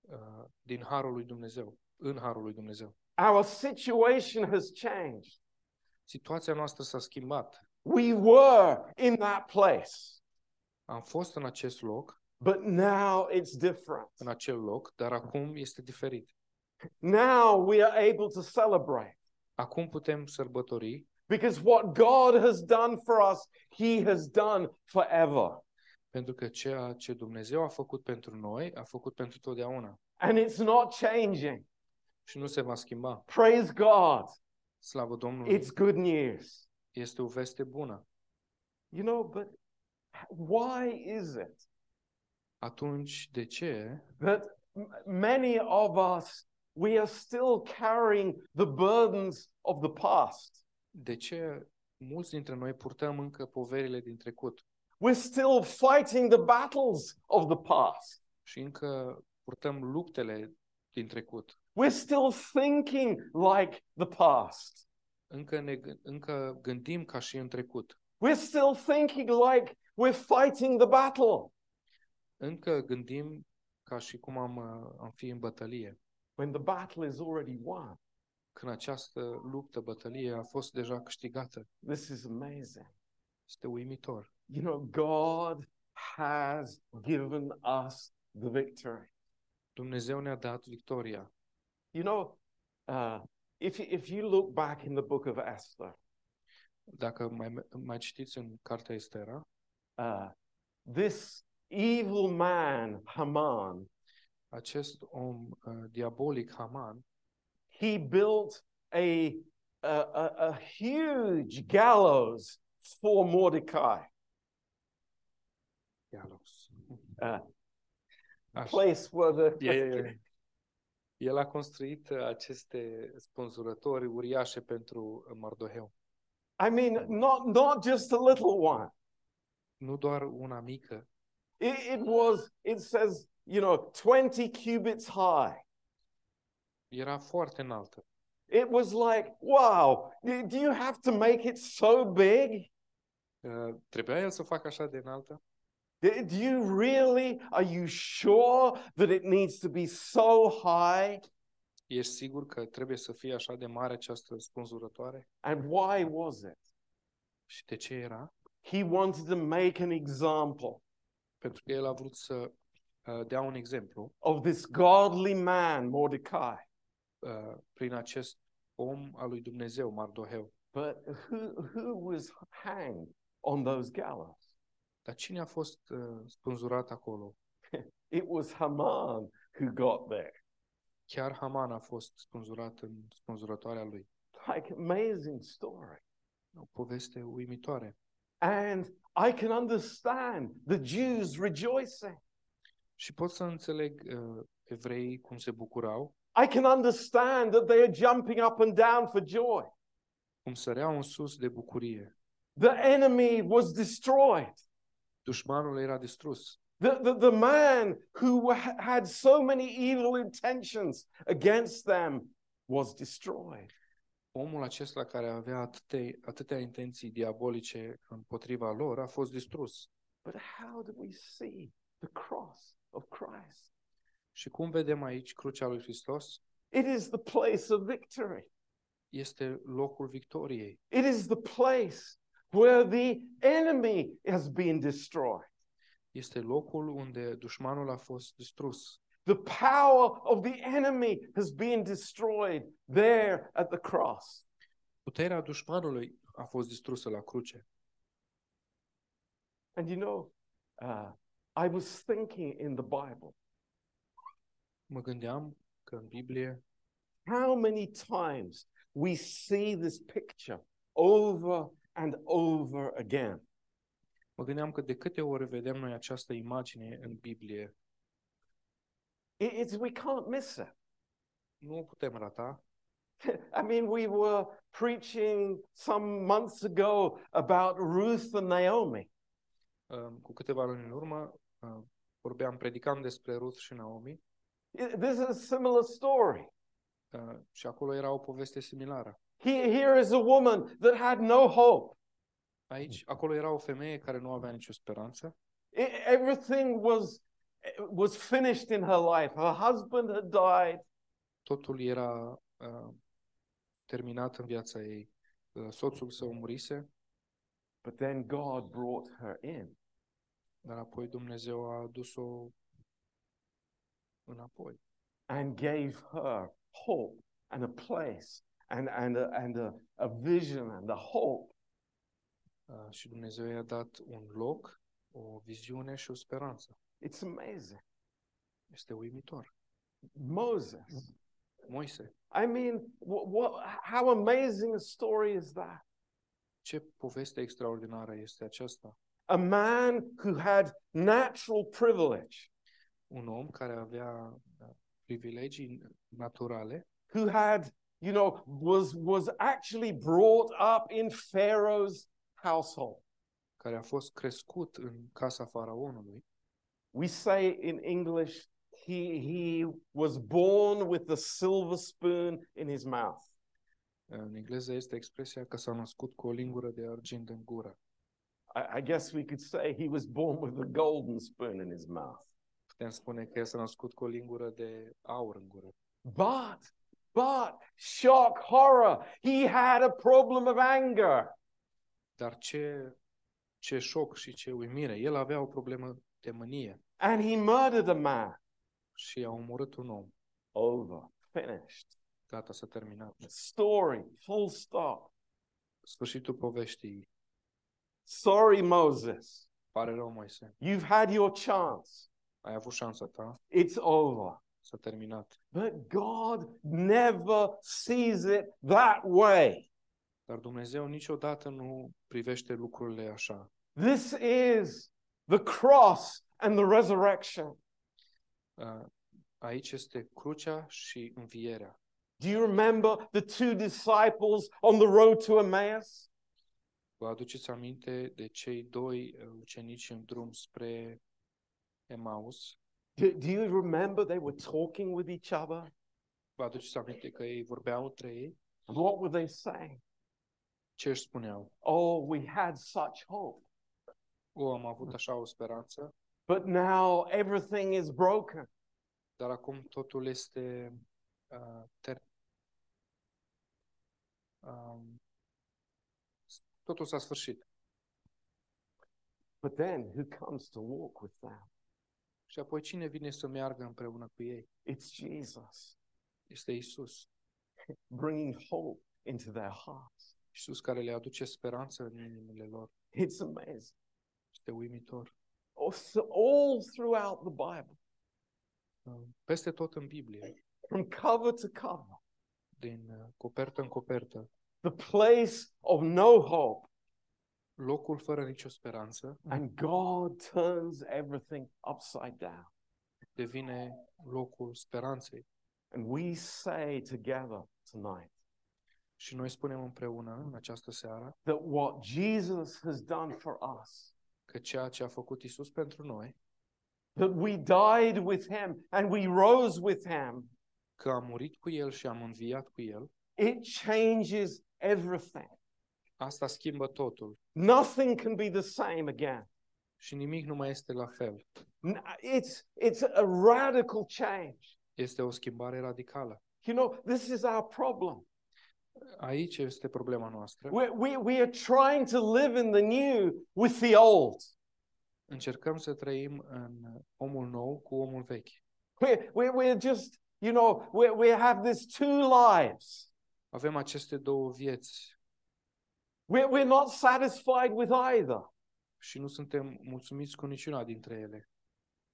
Speaker 2: uh, din Harul lui Dumnezeu, în Harul lui Dumnezeu.
Speaker 1: Our situation has changed.
Speaker 2: Situația noastră s-a schimbat.
Speaker 1: We were in that place,
Speaker 2: Am fost în acest loc,
Speaker 1: but now it's different.
Speaker 2: în acel loc, dar acum este diferit.
Speaker 1: Now we are able to celebrate.
Speaker 2: Acum putem sărbători
Speaker 1: Because what God has done for us, He has done forever.
Speaker 2: Pentru că ceea ce Dumnezeu a făcut pentru noi, a făcut pentru totdeauna
Speaker 1: And it's not changing.
Speaker 2: și nu se va schimba.
Speaker 1: Praise God.
Speaker 2: Slavă Domnului!
Speaker 1: It's good news.
Speaker 2: Este o veste bună.
Speaker 1: You know, but why is it
Speaker 2: Atunci, de ce
Speaker 1: that m- many of us, we are still carrying the burdens of the past?
Speaker 2: De ce mulți dintre noi purtăm încă poverile din trecut
Speaker 1: We're still fighting the battles of the past.
Speaker 2: și încă purtăm luptele din trecut?
Speaker 1: We're still thinking like the past.
Speaker 2: Încă, ne, gân- încă gândim ca și în trecut.
Speaker 1: We're still thinking like we're fighting the battle
Speaker 2: Încă gândim ca și cum am, uh, am fi în bătălie,
Speaker 1: when the battle is already won.
Speaker 2: când această luptă, bătălie a fost deja câștigată.
Speaker 1: This is amazing.
Speaker 2: Este uimitor.
Speaker 1: You know, God has given us the victory.
Speaker 2: Dumnezeu ne-a dat victoria.
Speaker 1: You know, uh, if, if you look back in the book of Esther,
Speaker 2: Dacă mai, mai citiți în cartea Estera,
Speaker 1: uh, this evil man, Haman,
Speaker 2: acest om uh, diabolic, Haman,
Speaker 1: he built a, a, a, a huge gallows for Mordecai,
Speaker 2: dialos.
Speaker 1: Ah. a
Speaker 2: Așa.
Speaker 1: place where the
Speaker 2: E- e- El a construit uh, aceste spânzurători uriașe pentru uh, Mardoheu.
Speaker 1: I mean, not not just a little one.
Speaker 2: Nu doar una mică,
Speaker 1: It, it was. It says, you know, twenty cubits high.
Speaker 2: era foarte înaltă.
Speaker 1: It was like, wow. do- Do you have to make it so big?
Speaker 2: Uh, Trebuia el să facă așa de înaltă?
Speaker 1: Do do you really? Are you sure that it needs to be so high?
Speaker 2: Ești sigur că trebuie să fie așa de mare această spânzurătoare?
Speaker 1: And why was it?
Speaker 2: Și de ce era?
Speaker 1: He wanted to make an example
Speaker 2: Pentru că el a vrut să uh, dea un exemplu
Speaker 1: of this godly man, Mordecai.
Speaker 2: uh, prin acest om al lui Dumnezeu, Mardoheu.
Speaker 1: But who who was hanged on those gallows?
Speaker 2: Dar cine a fost uh, spânzurat acolo?
Speaker 1: It was Haman who got there.
Speaker 2: Chiar Haman a fost spânzurat în spânzurătoarea lui.
Speaker 1: like amazing story.
Speaker 2: O poveste uimitoare.
Speaker 1: And I can understand the Jews rejoicing.
Speaker 2: Și pot să înțeleg uh, evreii cum se bucurau,
Speaker 1: I can understand that they are jumping up and down for joy.
Speaker 2: cum săreau în sus de bucurie.
Speaker 1: The enemy was destroyed.
Speaker 2: Dușmanul era distrus.
Speaker 1: The, the, the man who ha- had so many evil intentions against them was destroyed.
Speaker 2: Omul acesta care avea atâtea, atâtea intenții diabolice împotriva lor a fost distrus.
Speaker 1: But how do we see the cross of Christ?
Speaker 2: Și cum vedem aici, crucea lui Hristos
Speaker 1: It is the place of victory,
Speaker 2: este locul victoriei.
Speaker 1: it is the place where the enemy has been destroyed.
Speaker 2: Este locul unde dușmanul a fost distrus.
Speaker 1: The power of the enemy has been destroyed there at the cross.
Speaker 2: Puterea dușmanului a fost distrusă la cruce.
Speaker 1: And you know, uh, I was thinking in the Bible
Speaker 2: Mă gândeam că în Biblie
Speaker 1: how many times we see this picture over and over again.
Speaker 2: Mă gândeam că de câte ori vedem noi această imagine în Biblie,
Speaker 1: It- It's, we can't miss it.
Speaker 2: nu o putem rata.
Speaker 1: I mean, we were preaching some months ago about Ruth and Naomi.
Speaker 2: Um, Cu câteva luni în urmă uh, vorbeam, predicam despre Ruth și Naomi
Speaker 1: It- This is a similar story.
Speaker 2: uh, și acolo era o poveste similară.
Speaker 1: He- Here is a woman that had no hope.
Speaker 2: Aici, acolo era o femeie care nu avea nicio speranță,
Speaker 1: E- everything was was finished in her life. Her husband had died.
Speaker 2: totul era uh, terminat în viața ei, Uh, soțul său murise,
Speaker 1: But then God brought her in.
Speaker 2: dar apoi Dumnezeu a adus-o înapoi
Speaker 1: and gave her hope and a place and, and, a, and a, a vision and a hope.
Speaker 2: Uh, și Dumnezeu i-a dat un loc, o viziune și o speranță.
Speaker 1: It's amazing.
Speaker 2: Este uimitor.
Speaker 1: Moses.
Speaker 2: Moise.
Speaker 1: I mean, what, what, how amazing a story is that?
Speaker 2: Ce poveste extraordinară este aceasta?
Speaker 1: A man who had natural privilege,
Speaker 2: Un om care avea uh, privilegii naturale,
Speaker 1: who had, you know, was, was actually brought up in Pharaoh's household.
Speaker 2: care a fost crescut în casa faraonului.
Speaker 1: We say in English, he, he was born with the silver spoon in his mouth.
Speaker 2: În engleză este expresia că s-a născut cu o lingură de argint în gură.
Speaker 1: I, I guess we could say he was born with a golden spoon in his mouth.
Speaker 2: Putem spune că el s-a născut cu o lingură de aur în gură.
Speaker 1: But, but, shock, horror, he had a problem of anger.
Speaker 2: Dar ce, ce șoc și ce uimire! El avea o problemă de mânie
Speaker 1: And he murdered a man.
Speaker 2: și a omorât un om.
Speaker 1: Over. Finished.
Speaker 2: Gata, s-a terminat.
Speaker 1: Story. Full stop.
Speaker 2: Sfârșitul poveștii.
Speaker 1: Sorry, Moses.
Speaker 2: Pare rău, Moise.
Speaker 1: You've had your chance.
Speaker 2: Ai avut șansa ta,
Speaker 1: It's over.
Speaker 2: s-a terminat.
Speaker 1: But God never sees it that way.
Speaker 2: Dar Dumnezeu niciodată nu privește lucrurile așa.
Speaker 1: This is the cross and the resurrection.
Speaker 2: Uh, Aici este crucea și învierea.
Speaker 1: Do you remember the two disciples on the road to Emmaus?
Speaker 2: Vă aduceți aminte de cei doi uh, ucenici în drum spre Emaus?
Speaker 1: Do, do you remember they were talking with each other?
Speaker 2: Vă aduceți aminte că ei vorbeau între ei?
Speaker 1: And what were they saying?
Speaker 2: Ce își spuneau?
Speaker 1: Oh, we had such hope.
Speaker 2: O, am avut așa o speranță,
Speaker 1: But now everything is broken.
Speaker 2: dar acum totul este uh, ter- um, s- totul s-a sfârșit.
Speaker 1: But then who comes to walk with them?
Speaker 2: Și apoi cine vine să meargă împreună cu ei?
Speaker 1: It's Jesus
Speaker 2: Este Isus.
Speaker 1: bringing hope into their hearts.
Speaker 2: Isus care le aduce speranță în inimile lor.
Speaker 1: It's amazing.
Speaker 2: Este uimitor.
Speaker 1: Oh, so All throughout the Bible,
Speaker 2: Uh, Peste tot în Biblie,
Speaker 1: from cover to cover,
Speaker 2: din uh, copertă în copertă,
Speaker 1: the place of no hope.
Speaker 2: locul fără nicio speranță
Speaker 1: And God turns everything upside down.
Speaker 2: devine locul speranței.
Speaker 1: And we say together tonight
Speaker 2: Și noi spunem împreună în această seară
Speaker 1: that what Jesus has done for us,
Speaker 2: că ceea ce a făcut Isus pentru noi
Speaker 1: that we died with him and we rose with him,
Speaker 2: că am murit cu El și am înviat cu El,
Speaker 1: it changes everything.
Speaker 2: asta schimbă totul
Speaker 1: Nothing can be the same again.
Speaker 2: și nimic nu mai este la fel.
Speaker 1: N- It's, it's a radical change.
Speaker 2: Este o schimbare radicală.
Speaker 1: You know, this is our problem.
Speaker 2: Aici este problema noastră.
Speaker 1: We, we, we are trying to live in the new with the old.
Speaker 2: Încercăm să trăim în uh, omul nou cu omul vechi.
Speaker 1: We're, we're, we're just, you know, we we have this two lives.
Speaker 2: Avem aceste două vieți
Speaker 1: We're, we're not satisfied with either.
Speaker 2: și nu suntem mulțumiți cu niciuna dintre ele.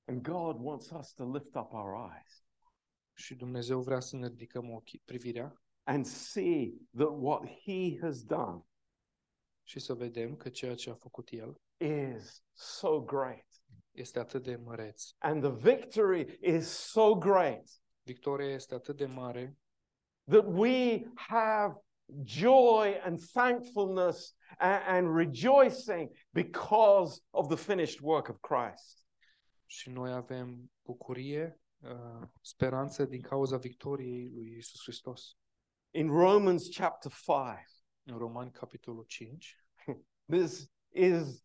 Speaker 1: And God wants us to lift up our eyes
Speaker 2: Și Dumnezeu vrea să ne ridicăm ochii, privirea
Speaker 1: and see that what He has done
Speaker 2: și să vedem că ceea ce a făcut El
Speaker 1: is so great.
Speaker 2: este atât de măreț.
Speaker 1: And the victory is so great
Speaker 2: Victoria este atât de mare
Speaker 1: that we have joy and thankfulness a- and, rejoicing because of the finished work of Christ.
Speaker 2: și noi avem bucurie, uh, speranță din cauza victoriei lui Isus Hristos.
Speaker 1: In Romans chapter 5,
Speaker 2: În Romani, capitolul 5,
Speaker 1: this is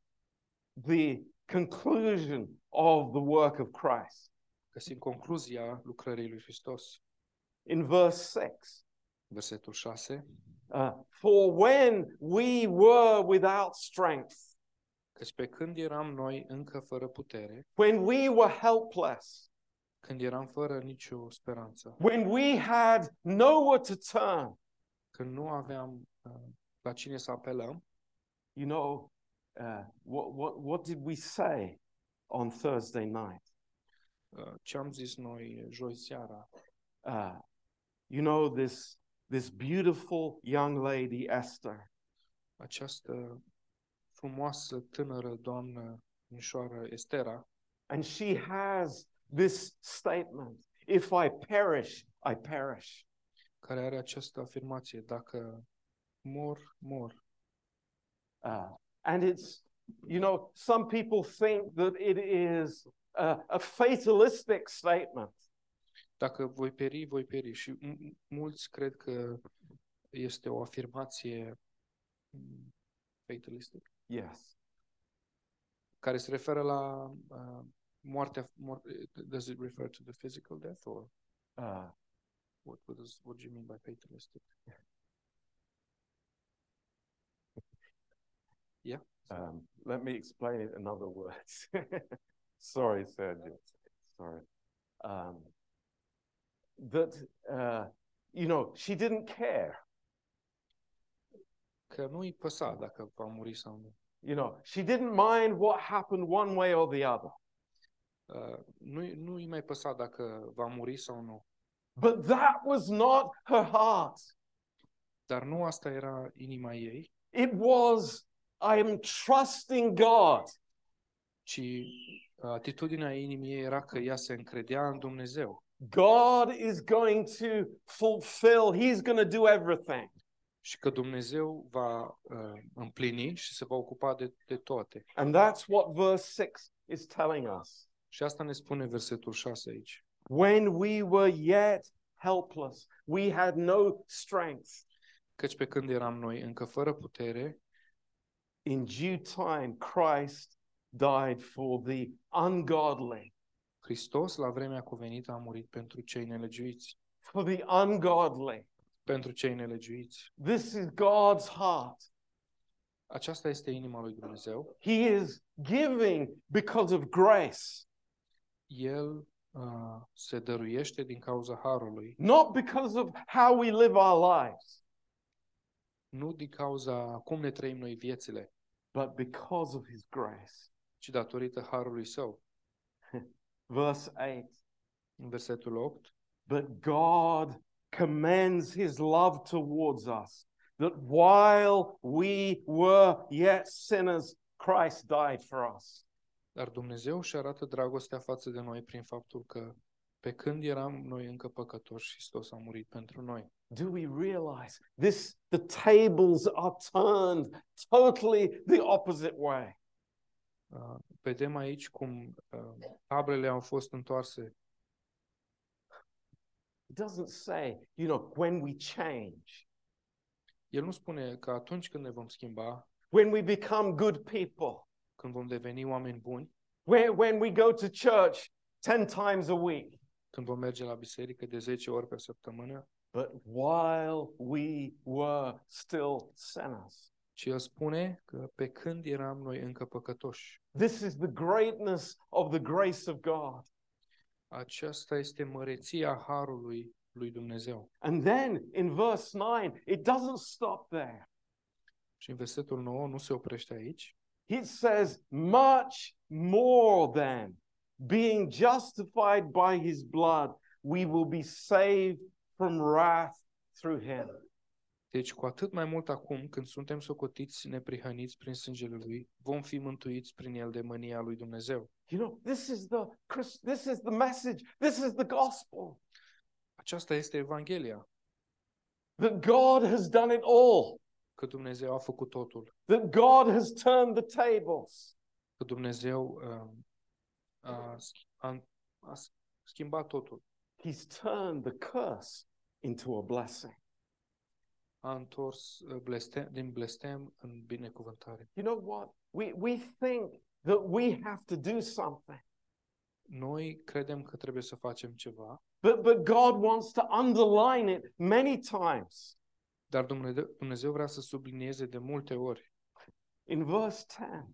Speaker 1: the conclusion of the work of Christ.
Speaker 2: găsim concluzia lucrării lui Hristos.
Speaker 1: In verse 6,
Speaker 2: Versetul 6,
Speaker 1: uh, for when we were without strength,
Speaker 2: căci pe când eram noi încă fără putere,
Speaker 1: when we were helpless,
Speaker 2: când eram fără nicio speranță,
Speaker 1: when we had nowhere to turn,
Speaker 2: când nu aveam uh, la cine să apelăm,
Speaker 1: You know, uh, what, what, what did we say on Thursday night?
Speaker 2: uh, ce am zis noi uh, joi seara,
Speaker 1: Uh, you know, this, this beautiful young lady, Esther,
Speaker 2: această frumoasă tânără doamnă Mișoară Estera
Speaker 1: And she has this statement If I perish, I perish.
Speaker 2: care are această afirmație, dacă mor, mor.
Speaker 1: Uh, and it's, you know, some people think that it is a, a fatalistic statement.
Speaker 2: Dacă voi peri, voi peri. Și m- m- mulți cred că este o afirmație mm, m, fatalistă,
Speaker 1: Yes.
Speaker 2: care se referă la uh, moartea, moar- does it refer to the physical death or
Speaker 1: Uh,
Speaker 2: what, what, does, what do you mean by fatalistic? Yeah.
Speaker 1: um, let me explain it in other words. Sorry, Sergio. Sorry. Um, that, uh, you know, she didn't care.
Speaker 2: Că nu-i păsa dacă va muri sau nu.
Speaker 1: You know, she didn't mind what happened one way or the other.
Speaker 2: Uh, nu-i, nu-i mai păsa dacă va muri sau nu.
Speaker 1: But that was not her heart.
Speaker 2: Dar nu asta era inima ei,
Speaker 1: It was, I am trusting God.
Speaker 2: ci uh, atitudinea inimii ei era că ea se încredea în Dumnezeu.
Speaker 1: God is going to fulfill, He's going to do everything.
Speaker 2: și că Dumnezeu va uh, împlini și se va ocupa de, de toate.
Speaker 1: And that's what verse 6 is telling us.
Speaker 2: Și asta ne spune versetul 6 aici.
Speaker 1: When we were yet helpless, we had no strength.
Speaker 2: Căci pe când eram noi încă fără putere,
Speaker 1: In due time, Christ died for the ungodly,
Speaker 2: Hristos la vremea cuvenită a murit pentru cei nelegiuiți.
Speaker 1: for the ungodly.
Speaker 2: Pentru cei nelegiuiți.
Speaker 1: This is God's heart.
Speaker 2: Aceasta este inima lui Dumnezeu.
Speaker 1: He is giving because of grace,
Speaker 2: El uh, se dăruiește din cauza harului,
Speaker 1: not because of how we live our lives,
Speaker 2: nu din cauza cum ne trăim noi viețile,
Speaker 1: but because of His grace.
Speaker 2: ci datorită harului său.
Speaker 1: Verse 8
Speaker 2: În versetul 8,
Speaker 1: But God commends His love towards us, that while we were yet sinners, Christ died for us.
Speaker 2: Dar Dumnezeu și arată dragostea față de noi prin faptul că pe când eram noi încă păcătoși, Hristos a murit pentru noi.
Speaker 1: Do we realize this? The tables are turned totally the opposite way.
Speaker 2: Uh, Vedem aici cum uh, tablele au fost întoarse.
Speaker 1: It doesn't say, you know, when we change,
Speaker 2: El nu spune că atunci când ne vom schimba,
Speaker 1: when we become good people,
Speaker 2: când vom deveni oameni buni,
Speaker 1: when, when we go to church 10 times a week.
Speaker 2: când vom merge la biserică de 10 ori pe săptămână,
Speaker 1: But while we were still sinners,
Speaker 2: ci el spune că pe când eram noi încă păcătoși.
Speaker 1: This is the greatness of the grace of God.
Speaker 2: Aceasta este măreția harului lui Dumnezeu.
Speaker 1: And then in verse 9, it doesn't stop there.
Speaker 2: Și în versetul 9 nu se oprește aici,
Speaker 1: It says, Much more than being justified by his blood, we will be saved from wrath through him.
Speaker 2: Deci, cu atât mai mult acum, când suntem socotiți neprihăniți prin sângele Lui, vom fi mântuiți prin El de mânia Lui Dumnezeu.
Speaker 1: You know, this is the Christ, this is the message, this is the gospel
Speaker 2: Aceasta este Evanghelia,
Speaker 1: that God has done it all,
Speaker 2: că Dumnezeu a făcut totul,
Speaker 1: that God has turned the tables.
Speaker 2: că Dumnezeu um, a, sch- a, a sch- schimbat totul,
Speaker 1: He's turned the curse into a blessing.
Speaker 2: a întors uh, blestem, din blestem în binecuvântare.
Speaker 1: You know what? We, we think that we have to do something,
Speaker 2: Noi credem că trebuie să facem ceva,
Speaker 1: but, but God wants to underline it many times.
Speaker 2: dar Dumne- Dumnezeu vrea să sublinieze de multe ori
Speaker 1: In verse 10,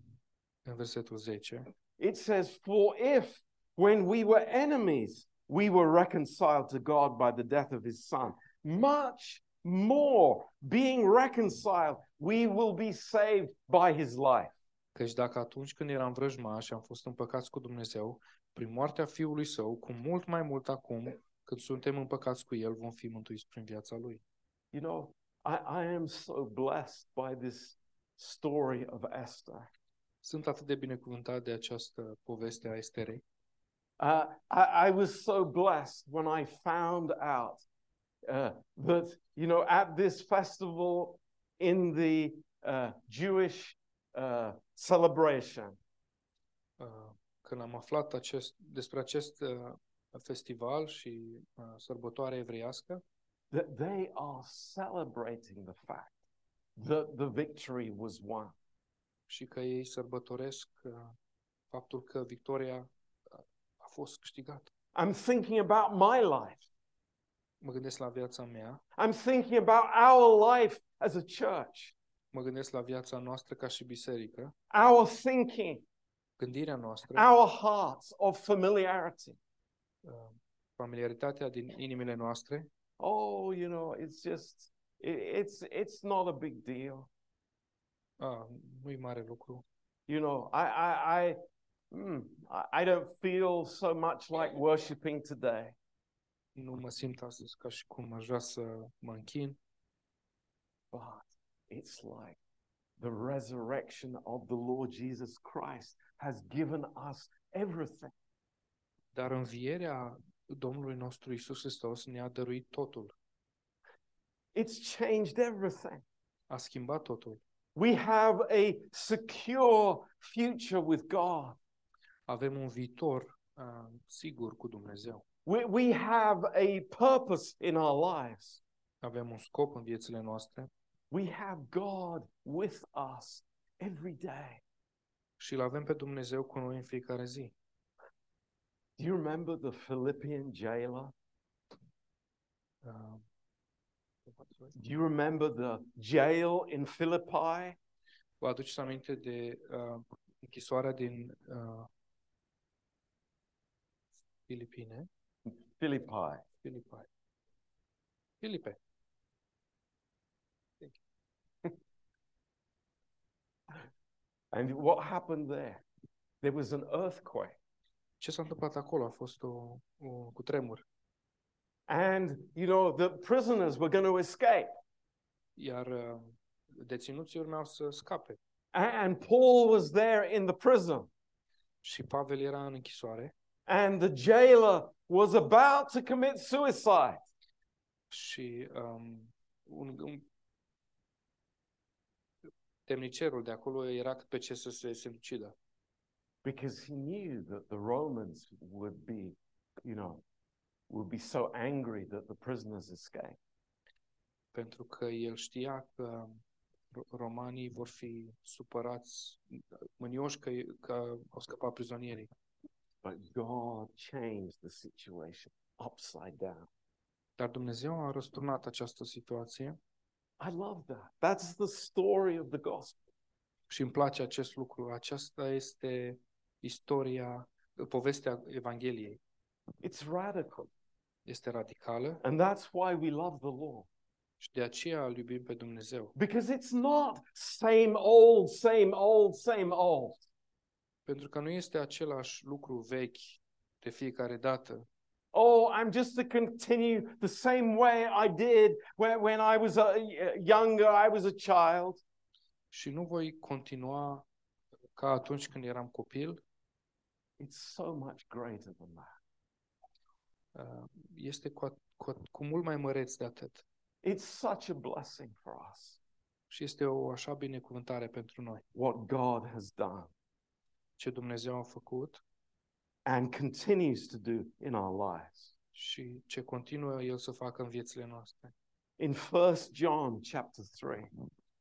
Speaker 2: în versetul 10,
Speaker 1: it says, For if when we were enemies, we were reconciled to God by the death of his son, much more being reconciled, we will be saved by his life.
Speaker 2: Căci dacă atunci când eram vrăjmași și am fost împăcați cu Dumnezeu, prin moartea Fiului Său, cu mult mai mult acum, când suntem împăcați cu El, vom fi mântuiți prin viața Lui.
Speaker 1: You know, I, I am so blessed by this story of Esther.
Speaker 2: Sunt atât de binecuvântat de această poveste a Esterei.
Speaker 1: Uh, I, I was so blessed when I found out uh, that, you know, at this festival in the uh, Jewish uh, celebration,
Speaker 2: Uh, Când am aflat acest, despre acest uh, festival și uh, sărbătoare evreiască,
Speaker 1: that they are celebrating the fact that the victory was won.
Speaker 2: și că ei sărbătoresc uh, faptul că victoria uh, a fost câștigată.
Speaker 1: I'm thinking about my life.
Speaker 2: Mă gândesc la viața mea,
Speaker 1: I'm thinking about our life as a church,
Speaker 2: mă gândesc la viața noastră ca și biserică,
Speaker 1: our thinking,
Speaker 2: gândirea noastră,
Speaker 1: our hearts of familiarity.
Speaker 2: uh, familiaritatea din inimile noastre,
Speaker 1: Oh, you know, it's just, i- it's, it's not a big deal.
Speaker 2: a, nu-i mare lucru.
Speaker 1: You know, I, I, I, mm, I- I don't feel so much like worshiping today.
Speaker 2: Nu mă simt astăzi ca și cum aș vrea să mă închin,
Speaker 1: But it's like the resurrection of the Lord Jesus Christ has given us everything.
Speaker 2: dar învierea Domnului nostru Isus Hristos ne-a dăruit totul,
Speaker 1: It's changed everything.
Speaker 2: a schimbat totul.
Speaker 1: We have a secure future with God.
Speaker 2: Avem un viitor a, sigur cu Dumnezeu.
Speaker 1: We, we have a purpose in our lives.
Speaker 2: Avem un scop în viețile noastre
Speaker 1: We have God with us every day.
Speaker 2: și îl avem pe Dumnezeu cu noi în fiecare zi.
Speaker 1: Do you remember the Philippian jailer?
Speaker 2: A,
Speaker 1: Do you remember the jail in Philippi?
Speaker 2: Vă aduceți aminte de uh, închisoarea din uh, Filipine?
Speaker 1: Philippi.
Speaker 2: Filipai. Filipe.
Speaker 1: And what happened there? There was an earthquake.
Speaker 2: Ce s-a întâmplat acolo? A fost o, o cutremur.
Speaker 1: And, you know, the prisoners were going to escape.
Speaker 2: Iar uh, deținuții urmeau să scape.
Speaker 1: A- And Paul was there in the prison.
Speaker 2: Și Pavel era în închisoare
Speaker 1: And the jailer was about to commit suicide.
Speaker 2: și um, un, un temnicerul de acolo era cât pe ce să se sinucidă.
Speaker 1: because he knew that the Romans would be, you know, would be so angry that the prisoners escaped.
Speaker 2: pentru că el știa că ro- romanii vor fi supărați, mânioși că, că au scăpat prizonierii.
Speaker 1: But God changed the situation upside down.
Speaker 2: Dar Dumnezeu a răsturnat această situație
Speaker 1: I love that. That's the story of the gospel.
Speaker 2: și îmi place acest lucru. Aceasta este istoria, povestea Evangheliei.
Speaker 1: It's radical.
Speaker 2: Este radicală
Speaker 1: And that's why we love the Lord.
Speaker 2: și de aceea îl iubim pe Dumnezeu.
Speaker 1: Because it's not same old, same old, same old.
Speaker 2: Pentru că nu este același lucru vechi de fiecare dată.
Speaker 1: Oh, I'm just to continue the same way I did when, when I was a, younger, I was a child.
Speaker 2: Și nu voi continua ca atunci când eram copil,
Speaker 1: It's so much greater than that.
Speaker 2: uh, este cu, at- cu, at- cu mult mai măreț de atât
Speaker 1: It's such a blessing for us,
Speaker 2: și este o așa binecuvântare pentru noi.
Speaker 1: what God has done
Speaker 2: Ce Dumnezeu a făcut
Speaker 1: and continues to do in our lives.
Speaker 2: și ce continuă El să facă în viețile noastre.
Speaker 1: In 1 John chapter 3,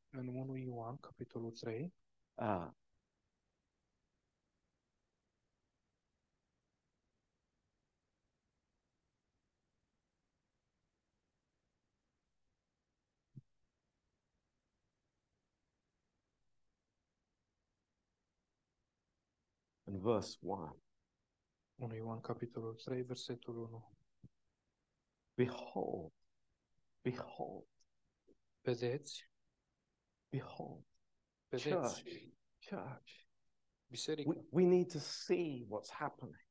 Speaker 2: În 1 Ioan, capitolul 3,
Speaker 1: uh, and verse 1.
Speaker 2: 1 Ioan, capitolul 3, versetul 1.
Speaker 1: Behold, behold,
Speaker 2: Vedeți,
Speaker 1: behold,
Speaker 2: vedeți,
Speaker 1: church. We,
Speaker 2: biserică,
Speaker 1: we need to see what's happening.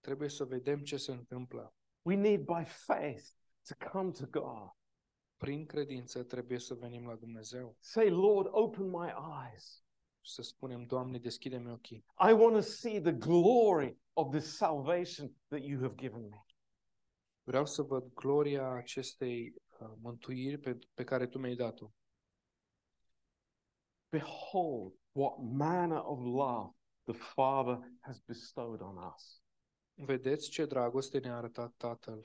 Speaker 2: trebuie să vedem ce se întâmplă.
Speaker 1: We need by faith to come to God
Speaker 2: Prin credință trebuie să venim la Dumnezeu
Speaker 1: Say, Lord, open my eyes.
Speaker 2: și să spunem, Doamne, deschide-mi ochii.
Speaker 1: I want to see the glory of this salvation that you have given me.
Speaker 2: Vreau să văd gloria acestei uh, mântuiri pe, pe care Tu mi-ai dat-o.
Speaker 1: Behold, what manner of love the Father has bestowed on us,
Speaker 2: Vedeți ce dragoste ne-a arătat Tatăl,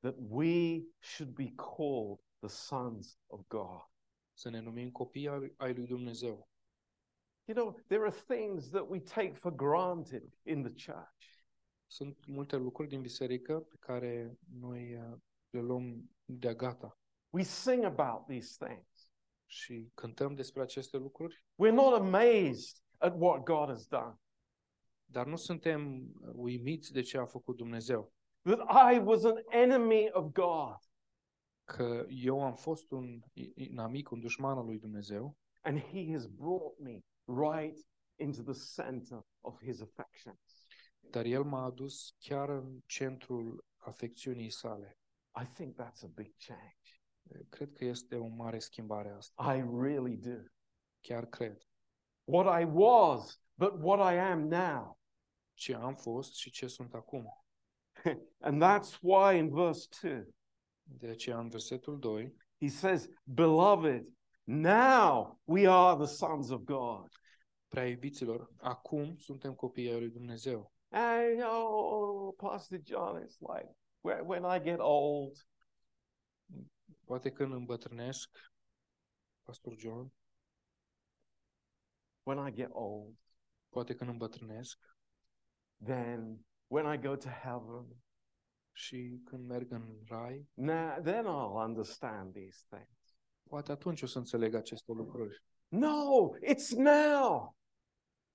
Speaker 1: that we should be called the sons of God.
Speaker 2: să ne numim copii ai- ai lui Dumnezeu.
Speaker 1: You know, there are things that we take for granted in the church.
Speaker 2: Sunt multe lucruri din biserică pe care noi uh, le luăm de-a gata
Speaker 1: We sing about these things.
Speaker 2: și cântăm despre aceste lucruri,
Speaker 1: We're not amazed at what God has done.
Speaker 2: dar nu suntem uimiți de ce a făcut Dumnezeu.
Speaker 1: That I was an enemy of God
Speaker 2: Că eu am fost un inamic, un dușman al lui Dumnezeu
Speaker 1: and He has brought me right into the center of His affections.
Speaker 2: dar el m-a adus chiar în centrul afecțiunii sale.
Speaker 1: I think that's a big change.
Speaker 2: Cred că este o mare schimbare asta.
Speaker 1: I really do.
Speaker 2: Chiar cred.
Speaker 1: What I was, but what I am now.
Speaker 2: Ce am fost și ce sunt acum.
Speaker 1: And that's why in verse 2,
Speaker 2: De aceea, în versetul 2,
Speaker 1: He says, Beloved, now we are the sons of God.
Speaker 2: prea iubiților, acum suntem copiii ai lui Dumnezeu.
Speaker 1: And oh, Pastor John, it's like when when I get old,
Speaker 2: Poate când îmbătrânesc, Pastor John,
Speaker 1: when I get old,
Speaker 2: poate când îmbătrânesc
Speaker 1: then when I go to heaven,
Speaker 2: și când merg în rai,
Speaker 1: now then I'll understand these things.
Speaker 2: poate atunci o să înțeleg aceste lucruri.
Speaker 1: No, it's now.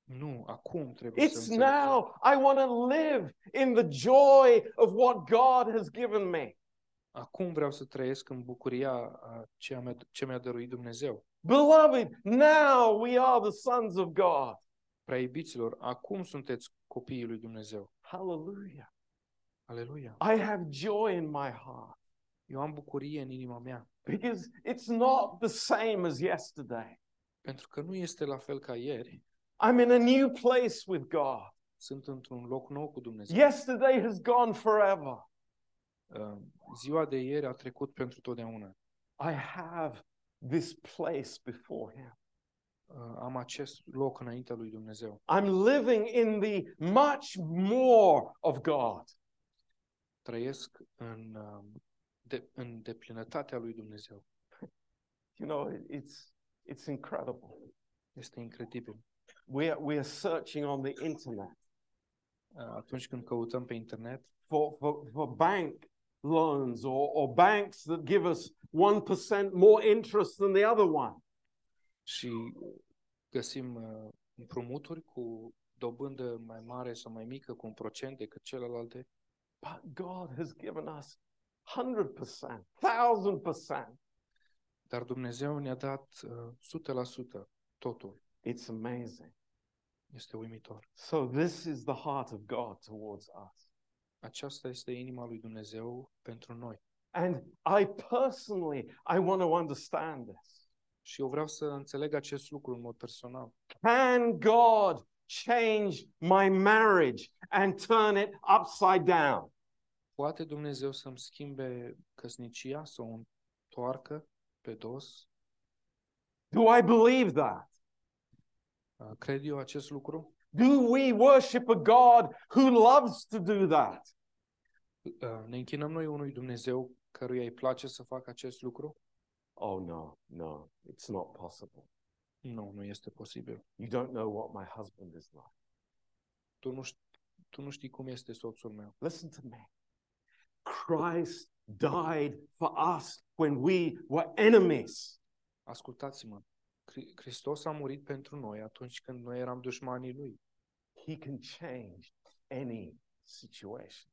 Speaker 2: Nu, acum trebuie să
Speaker 1: It's
Speaker 2: înțeleg.
Speaker 1: now. I want to live in the joy of what God has given me.
Speaker 2: Acum vreau să trăiesc în bucuria a ceea mea- ce mi-a dăruit Dumnezeu.
Speaker 1: Beloved, now we are the sons of God.
Speaker 2: Prea iubiților, acum sunteți copiii lui Dumnezeu.
Speaker 1: Hallelujah.
Speaker 2: Aleluia!
Speaker 1: I have joy in my heart
Speaker 2: Eu am bucurie în inima mea,
Speaker 1: because it's not the same as yesterday.
Speaker 2: pentru că nu este la fel ca ieri.
Speaker 1: I'm in a new place with God.
Speaker 2: Sunt într-un loc nou cu Dumnezeu.
Speaker 1: Yesterday has gone forever.
Speaker 2: Uh, Ziua de ieri a trecut pentru totdeauna.
Speaker 1: I have this place before Him.
Speaker 2: Uh, Am acest loc înaintea lui Dumnezeu.
Speaker 1: I'm living in the much more of God.
Speaker 2: Trăiesc în, uh, de, în deplinătatea lui Dumnezeu.
Speaker 1: You know, it- it's it's incredible.
Speaker 2: Este incredibil.
Speaker 1: We're we're searching on the internet
Speaker 2: Uh, Atunci când căutăm pe internet,
Speaker 1: for for, for bank loans or, or banks that give us one percent more interest than the other one.
Speaker 2: și găsim uh, împrumuturi cu dobândă mai mare sau mai mică, cu un procent decât celelalte,
Speaker 1: But God has given us hundred percent, thousand percent.
Speaker 2: dar Dumnezeu ne-a dat uh, 100% totul.
Speaker 1: It's amazing.
Speaker 2: Este uimitor.
Speaker 1: So this is the heart of God towards us.
Speaker 2: Aceasta este inima lui Dumnezeu pentru noi.
Speaker 1: And I personally, I want to understand this.
Speaker 2: Și eu vreau să înțeleg acest lucru în mod personal.
Speaker 1: Can God change my marriage and turn it upside down?
Speaker 2: Poate Dumnezeu să-mi schimbe căsnicia sau o întoarcă pe dos?
Speaker 1: Do I believe that?
Speaker 2: Uh, Cred eu acest lucru?
Speaker 1: Do we worship a God who loves to do that?
Speaker 2: Uh, Ne închinăm noi unui Dumnezeu căruia îi place să facă acest lucru?
Speaker 1: Oh, no, no, it's not possible.
Speaker 2: Nu, nu este posibil.
Speaker 1: You don't know what my husband is like.
Speaker 2: Tu nu, știi, tu nu știi cum este soțul meu.
Speaker 1: Listen to me. Christ died for us when we were enemies.
Speaker 2: Ascultați-mă. Hri- Hristos a murit pentru noi atunci când noi eram dușmanii Lui.
Speaker 1: He can change any situation.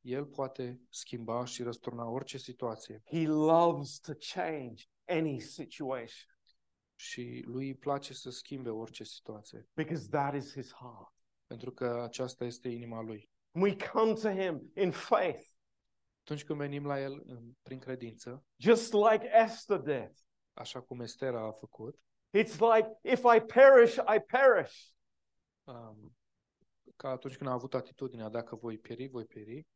Speaker 2: El poate schimba și răsturna orice situație
Speaker 1: He loves to change any situation
Speaker 2: și Lui îi place să schimbe orice situație,
Speaker 1: because that is his heart.
Speaker 2: pentru că aceasta este inima Lui.
Speaker 1: We come to him in faith.
Speaker 2: atunci când venim la El în- prin credință,
Speaker 1: just like Esther did.
Speaker 2: așa cum Estera a făcut,
Speaker 1: It's like, if I perish, I perish.
Speaker 2: um, ca atunci când a avut atitudinea, dacă voi pieri, voi pieri,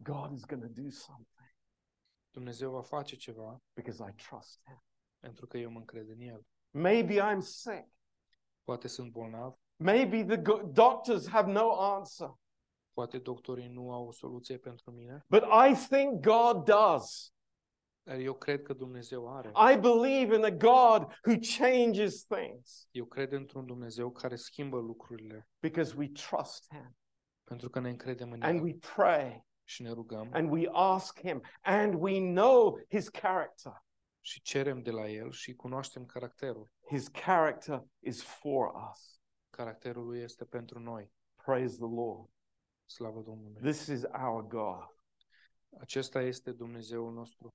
Speaker 1: God is going to do something
Speaker 2: Dumnezeu va face ceva
Speaker 1: because I trust Him.
Speaker 2: pentru că eu mă încred în El.
Speaker 1: Maybe I'm sick.
Speaker 2: Poate sunt bolnav,
Speaker 1: Maybe the go- doctors have no answer.
Speaker 2: poate doctorii nu au o soluție pentru mine,
Speaker 1: But I think God does.
Speaker 2: dar eu cred că Dumnezeu are.
Speaker 1: I believe in a God who changes things
Speaker 2: Eu cred într-un Dumnezeu care schimbă lucrurile
Speaker 1: because we trust Him
Speaker 2: pentru că ne încredem în
Speaker 1: and
Speaker 2: El
Speaker 1: we pray
Speaker 2: și ne rugăm
Speaker 1: and we ask Him and we know His character.
Speaker 2: și cerem de la El și cunoaștem caracterul.
Speaker 1: His character is for us.
Speaker 2: Caracterul lui este pentru noi.
Speaker 1: Praise the Lord.
Speaker 2: Slavă Domnului!
Speaker 1: This is our God.
Speaker 2: Acesta este Dumnezeul nostru.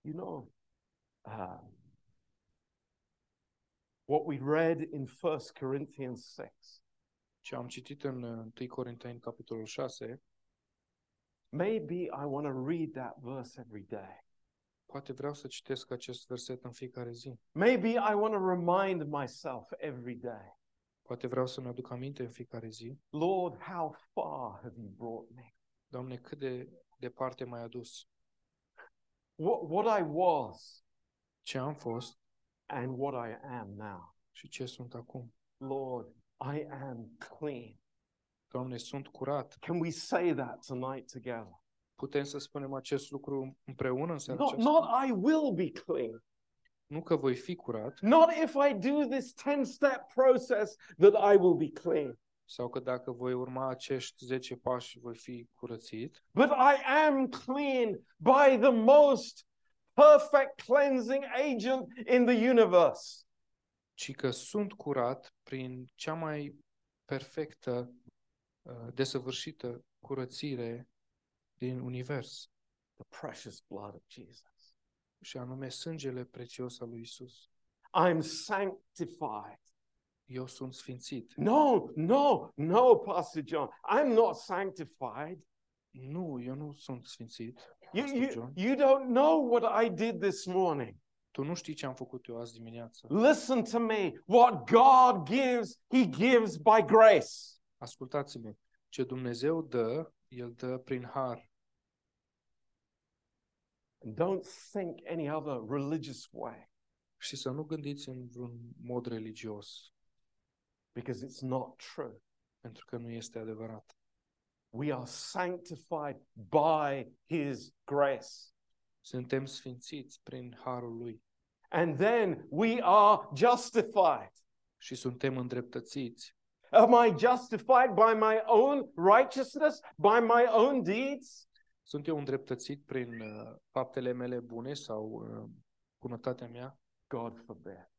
Speaker 1: You know, um, what we read in First Corinthians 6
Speaker 2: Ce am citit în uh, 1 Corinteni, capitolul 6,
Speaker 1: Maybe I want to read that verse every day.
Speaker 2: poate vreau să citesc acest verset în fiecare zi.
Speaker 1: Maybe I want to remind myself every day,
Speaker 2: Poate vreau să-mi aduc aminte în fiecare zi.
Speaker 1: Lord, how far have you brought me?
Speaker 2: Doamne, cât de departe m-ai adus?
Speaker 1: What, what I was
Speaker 2: Ce am fost
Speaker 1: and what I am now.
Speaker 2: și ce sunt acum?
Speaker 1: Lord, I am clean.
Speaker 2: Doamne, sunt curat.
Speaker 1: Can we say that tonight together?
Speaker 2: Putem să spunem acest lucru împreună în seara
Speaker 1: Not,
Speaker 2: aceasta?
Speaker 1: not I will be clean.
Speaker 2: Nu că voi fi curat
Speaker 1: Not if I do this 10 step process that I will be clean,
Speaker 2: sau că dacă voi urma acești 10 pași voi fi curățit,
Speaker 1: but I am clean by the most perfect cleansing agent in the universe.
Speaker 2: ci că sunt curat prin cea mai perfectă, uh, desăvârșită curățire din univers,
Speaker 1: The precious blood of Jesus.
Speaker 2: și anume sângele prețios al lui Isus.
Speaker 1: I'm sanctified.
Speaker 2: Eu sunt sfințit.
Speaker 1: No, no, no, Pastor John. I'm not sanctified.
Speaker 2: Nu, eu nu sunt sfințit.
Speaker 1: You,
Speaker 2: Pastor
Speaker 1: you,
Speaker 2: John.
Speaker 1: you don't know what I did this morning.
Speaker 2: Tu nu știi ce am făcut eu azi dimineață.
Speaker 1: Listen to me. What God gives, He gives by grace.
Speaker 2: Ascultați-mă. Ce Dumnezeu dă, El dă prin har.
Speaker 1: And don't think any other religious way.
Speaker 2: Și să nu gândiți în vreun mod religios,
Speaker 1: because it's not true.
Speaker 2: pentru că nu este adevărat.
Speaker 1: We are sanctified by His grace.
Speaker 2: Suntem sfințiți prin harul Lui
Speaker 1: And then we are justified.
Speaker 2: și suntem îndreptățiți.
Speaker 1: Am I justified by my own righteousness, by my own deeds?
Speaker 2: Sunt eu îndreptățit prin uh, faptele mele bune sau uh, bunătatea mea?
Speaker 1: God forbid.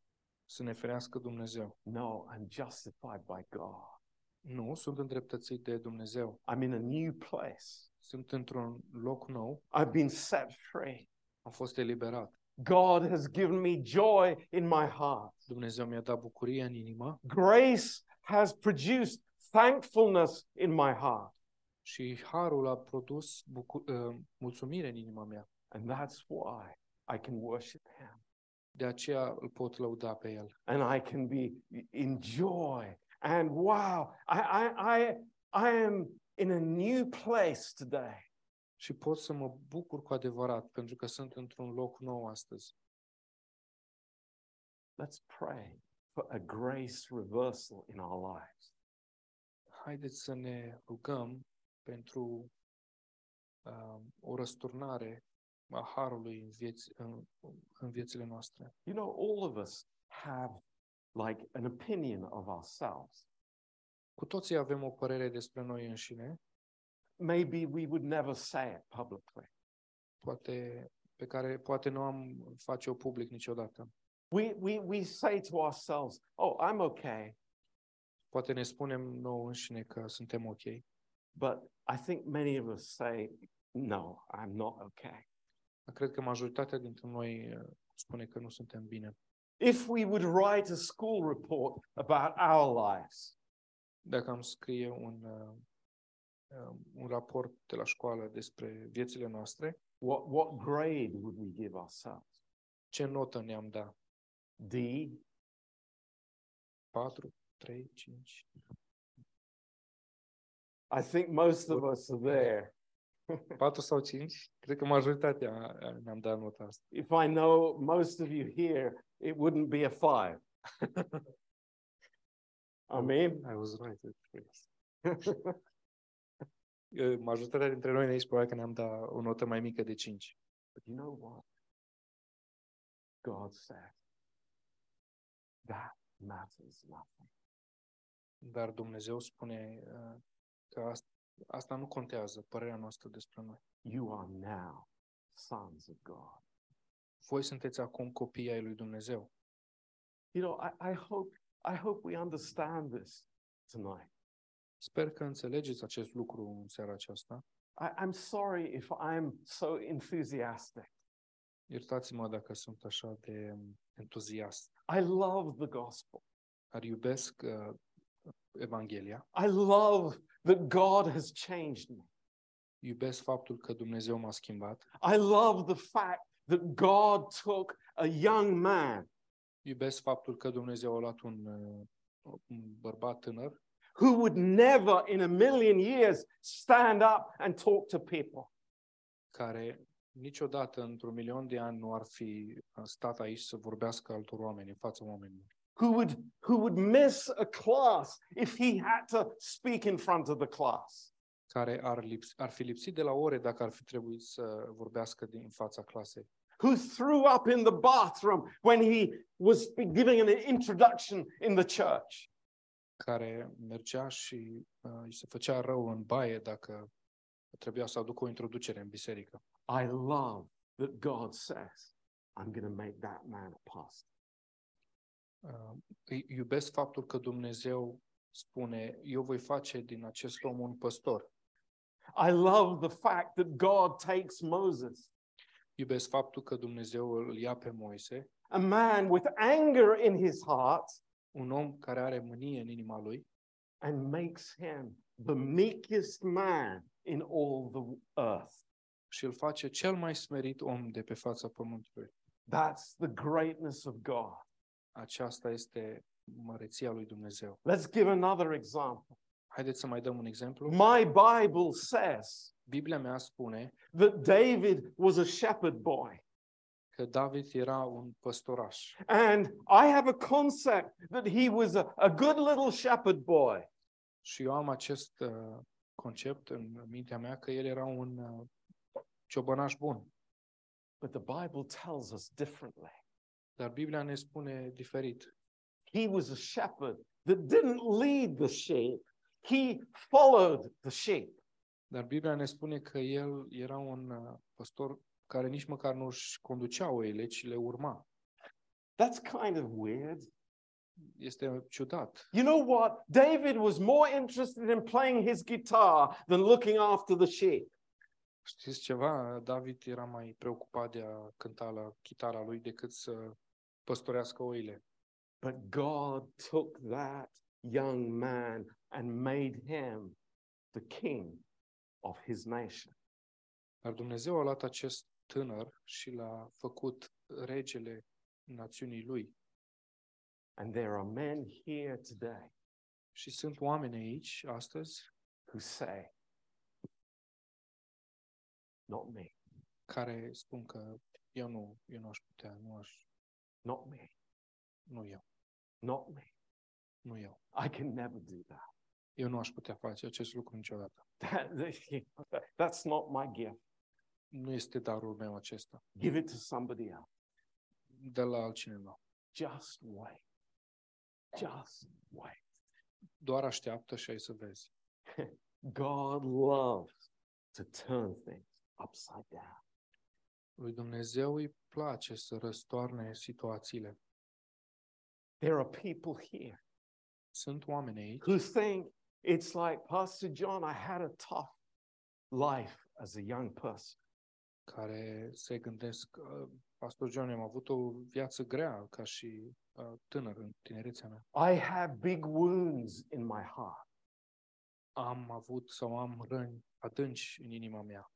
Speaker 2: Să ne ferească Dumnezeu.
Speaker 1: No, I'm justified by God.
Speaker 2: Nu, sunt îndreptățit de Dumnezeu.
Speaker 1: I'm in a new place.
Speaker 2: Sunt într-un loc nou,
Speaker 1: I've been set free.
Speaker 2: am fost eliberat.
Speaker 1: God has given me joy in my heart.
Speaker 2: Dumnezeu mi-a dat bucurie în inimă
Speaker 1: Grace has produced thankfulness in my heart.
Speaker 2: și harul a produs bucu- uh, mulțumire în inima mea.
Speaker 1: And that's why I can worship Him.
Speaker 2: De aceea îl pot lăuda pe el.
Speaker 1: and I can be in joy. And wow, I, I, I, I am in a new place today.
Speaker 2: Și pot să mă bucur cu adevărat, pentru că sunt într-un loc nou astăzi.
Speaker 1: Let's pray for a grace reversal in our lives.
Speaker 2: Haideți să ne rugăm pentru uh, o răsturnare a harului în, vieți, în, în viețile noastre.
Speaker 1: You know, all of us have like an opinion of ourselves.
Speaker 2: Cu toții avem o părere despre noi înșine,
Speaker 1: Maybe we would never say it publicly.
Speaker 2: poate pe care poate nu am face-o public niciodată.
Speaker 1: We, we, we say to ourselves, oh, I'm okay,
Speaker 2: Poate ne spunem nouă înșine că suntem ok,
Speaker 1: but I think many of us say, no, I'm not okay.
Speaker 2: dar cred că majoritatea dintre noi uh, spune că nu suntem bine.
Speaker 1: If we would write a school report about our lives,
Speaker 2: Dacă am scrie un uh, um, un raport de la școală despre viețile noastre,
Speaker 1: What, what grade would we give ourselves?
Speaker 2: ce notă ne-am dat?
Speaker 1: D?
Speaker 2: 4, 3, 5?
Speaker 1: I think most of us are there.
Speaker 2: 4 sau 5? Cred că majoritatea uh, ne-am dat nota asta.
Speaker 1: If I know most of you here, it wouldn't be a five. I mean,
Speaker 2: I was right. at first. Uh, Majoritatea dintre noi ne aici probabil că ne-am dat o notă mai mică de 5.
Speaker 1: But you know what? God said, that matters nothing.
Speaker 2: Dar Dumnezeu spune uh, că asta, asta nu contează, părerea noastră despre noi.
Speaker 1: You are now sons of God.
Speaker 2: Voi sunteți acum copii ai lui Dumnezeu.
Speaker 1: You know, I, I hope I hope we understand this tonight.
Speaker 2: Sper că înțelegeți acest lucru în seara aceasta.
Speaker 1: I, I'm sorry if I'm so enthusiastic.
Speaker 2: Iertați-mă dacă sunt așa de entuziast.
Speaker 1: I love the gospel.
Speaker 2: Ar iubesc uh, Evanghelia,
Speaker 1: I love that God has changed me.
Speaker 2: iubesc faptul că Dumnezeu m-a schimbat,
Speaker 1: I love the fact that God took a young man
Speaker 2: iubesc faptul că Dumnezeu a luat un, uh, un bărbat tânăr
Speaker 1: who would never in a million years stand up and talk to people.
Speaker 2: care niciodată într-un milion de ani nu ar fi uh, stat aici să vorbească altor oameni, în fața oamenilor,
Speaker 1: Who would, who would miss a class if he had to speak in front of the class?
Speaker 2: care ar, lips- ar fi lipsit de la ore dacă ar fi trebuit să vorbească din fața clasei.
Speaker 1: Who threw up in the bathroom when he was giving an introduction in the church?
Speaker 2: care mergea și uh, îi se făcea rău în baie dacă trebuia să aducă o introducere în biserică.
Speaker 1: I love that God says, I'm going to make that man a pastor.
Speaker 2: Uh, îi iubesc faptul că Dumnezeu spune, eu voi face din acest om un păstor.
Speaker 1: I love the fact that God takes Moses,
Speaker 2: Iubesc faptul că Dumnezeu îl ia pe Moise,
Speaker 1: a man with anger in his heart,
Speaker 2: un om care are mânie în inima lui
Speaker 1: and makes him the meekest man in all the earth.
Speaker 2: și îl face cel mai smerit om de pe fața pământului.
Speaker 1: That's the greatness of God.
Speaker 2: Aceasta este măreția lui Dumnezeu.
Speaker 1: Let's give another example.
Speaker 2: Haideți să mai dăm un exemplu.
Speaker 1: My Bible says
Speaker 2: Biblia mea spune
Speaker 1: that David was a shepherd boy.
Speaker 2: că David era un păstoraș.
Speaker 1: And I have a concept that he was a, a good little shepherd boy.
Speaker 2: Și eu am acest uh, concept în mintea mea că el era un uh, ciobănaș bun.
Speaker 1: But the Bible tells us differently.
Speaker 2: Dar Biblia ne spune diferit.
Speaker 1: He was a shepherd that didn't lead the sheep, he followed the sheep.
Speaker 2: Dar Biblia ne spune că el era un uh, păstor care nici măcar nu își conducea oile, ci le urma.
Speaker 1: That's kind of weird.
Speaker 2: Este ciudat.
Speaker 1: You know what? David was more interested in playing his guitar than looking after the sheep.
Speaker 2: Știți ceva? David era mai preocupat de a cânta la chitara lui decât să păstorească oile.
Speaker 1: But God took that young man and made him the king of his nation.
Speaker 2: Dar Dumnezeu a luat acest tânăr și l-a făcut regele națiunii lui.
Speaker 1: And there are men here today
Speaker 2: Și sunt oameni aici, astăzi,
Speaker 1: who say, Not me,
Speaker 2: care spun că eu nu, eu nu aș putea, nu aș,
Speaker 1: not me,
Speaker 2: nu eu,
Speaker 1: not me.
Speaker 2: nu eu.
Speaker 1: I can never do that.
Speaker 2: Eu nu aș putea face acest lucru niciodată.
Speaker 1: That- that's not my gift.
Speaker 2: Nu este darul meu acesta.
Speaker 1: Give it to somebody else.
Speaker 2: De la altcineva.
Speaker 1: Just wait. Just wait.
Speaker 2: Doar așteaptă și ai să vezi.
Speaker 1: God loves to turn things upside down.
Speaker 2: Lui Dumnezeu îi place să răstoarne situațiile.
Speaker 1: There are people here
Speaker 2: Sunt oameni aici
Speaker 1: who think it's like, Pastor John, I had a tough life as a young person.
Speaker 2: care se gândesc, "Uh, Pastor John, am avut o viață grea ca și uh, tânăr în tinerețea mea.
Speaker 1: I have big wounds in my heart.
Speaker 2: am avut sau am răni adânci în inima mea.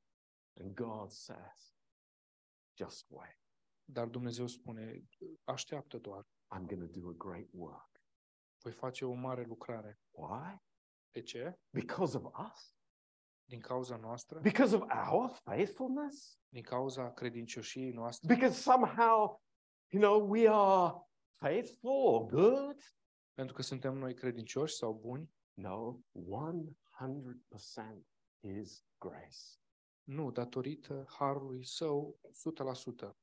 Speaker 1: And God says, just wait.
Speaker 2: Dar Dumnezeu spune, așteaptă doar,
Speaker 1: I'm going to do a great work.
Speaker 2: voi face o mare lucrare.
Speaker 1: Why?
Speaker 2: De ce?
Speaker 1: Because of us?
Speaker 2: Din cauza noastră?
Speaker 1: Because of our faithfulness?
Speaker 2: Din cauza credincioșiei noastre?
Speaker 1: Because somehow, you know, we are faithful or good?
Speaker 2: Pentru că suntem noi credincioși sau buni?
Speaker 1: No, 100% His grace.
Speaker 2: Nu, datorită harului său 100%.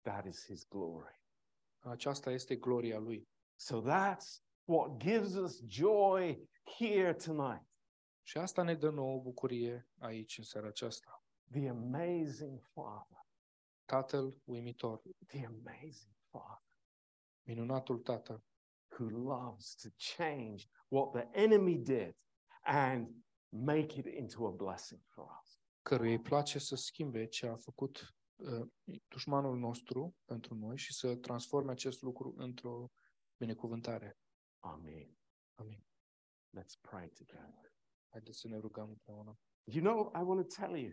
Speaker 1: That is His glory.
Speaker 2: Aceasta este gloria lui.
Speaker 1: So that's what gives us joy here tonight.
Speaker 2: Și asta ne dă nouă bucurie aici în seara aceasta.
Speaker 1: The amazing Father,
Speaker 2: Tatăl uimitor,
Speaker 1: the amazing Father
Speaker 2: minunatul Tată,
Speaker 1: who loves to change what the enemy did and make it into a blessing for us.
Speaker 2: căruia îi place să schimbe ce a făcut uh, dușmanul nostru pentru noi și să transforme acest lucru într-o binecuvântare.
Speaker 1: Amen.
Speaker 2: Amin.
Speaker 1: Let's pray together.
Speaker 2: Haideți să ne rugăm împreună.
Speaker 1: You know, I want to tell you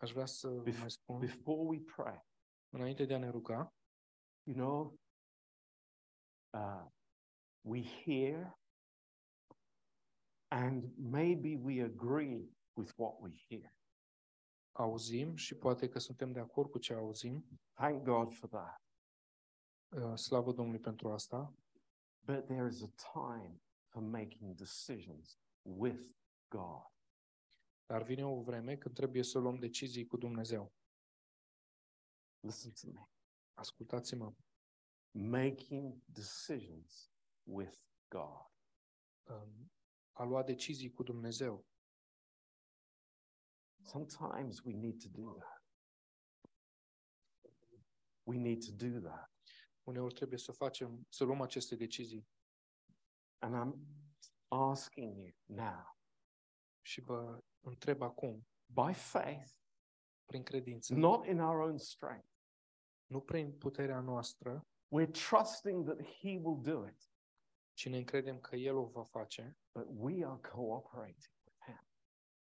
Speaker 2: Aș vrea să vă mai spun,
Speaker 1: before we pray,
Speaker 2: înainte de a ne ruga,
Speaker 1: you know, uh, we hear and maybe we agree with what we hear.
Speaker 2: auzim și poate că suntem de acord cu ce auzim,
Speaker 1: Thank God for that.
Speaker 2: uh, slavă Domnului pentru asta,
Speaker 1: But there is a time for making decisions with God.
Speaker 2: dar vine o vreme când trebuie să luăm decizii cu Dumnezeu.
Speaker 1: Listen to me.
Speaker 2: Ascultați-mă,
Speaker 1: making decisions with God.
Speaker 2: um, a lua decizii cu Dumnezeu.
Speaker 1: Sometimes we need to do that. We need to do that.
Speaker 2: Uneori trebuie să facem, să luăm aceste decizii.
Speaker 1: And I'm asking you now,
Speaker 2: Și vă întreb acum,
Speaker 1: by faith,
Speaker 2: prin credință,
Speaker 1: not in our own strength,
Speaker 2: nu prin puterea noastră,
Speaker 1: we're trusting that He will do it,
Speaker 2: ci ne încredem că El o va face,
Speaker 1: but we are cooperating with Him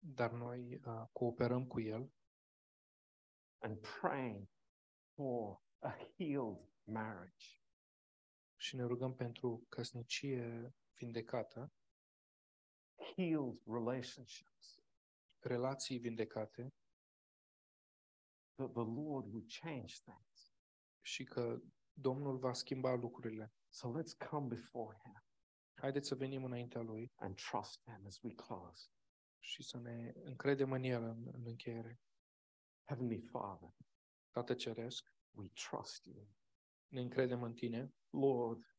Speaker 2: dar noi uh, cooperăm cu El
Speaker 1: and praying for a healed marriage,
Speaker 2: și ne rugăm pentru căsnicie vindecată,
Speaker 1: healed relationships,
Speaker 2: relații vindecate
Speaker 1: that the Lord would change things.
Speaker 2: și că Domnul va schimba lucrurile.
Speaker 1: So let's come before Him.
Speaker 2: Haideți să venim înaintea Lui
Speaker 1: and trust Him as we close.
Speaker 2: și să ne încredem în El în, în încheiere.
Speaker 1: Heavenly Father,
Speaker 2: Tată Ceresc,
Speaker 1: we trust you.
Speaker 2: ne încredem în Tine.
Speaker 1: Lord,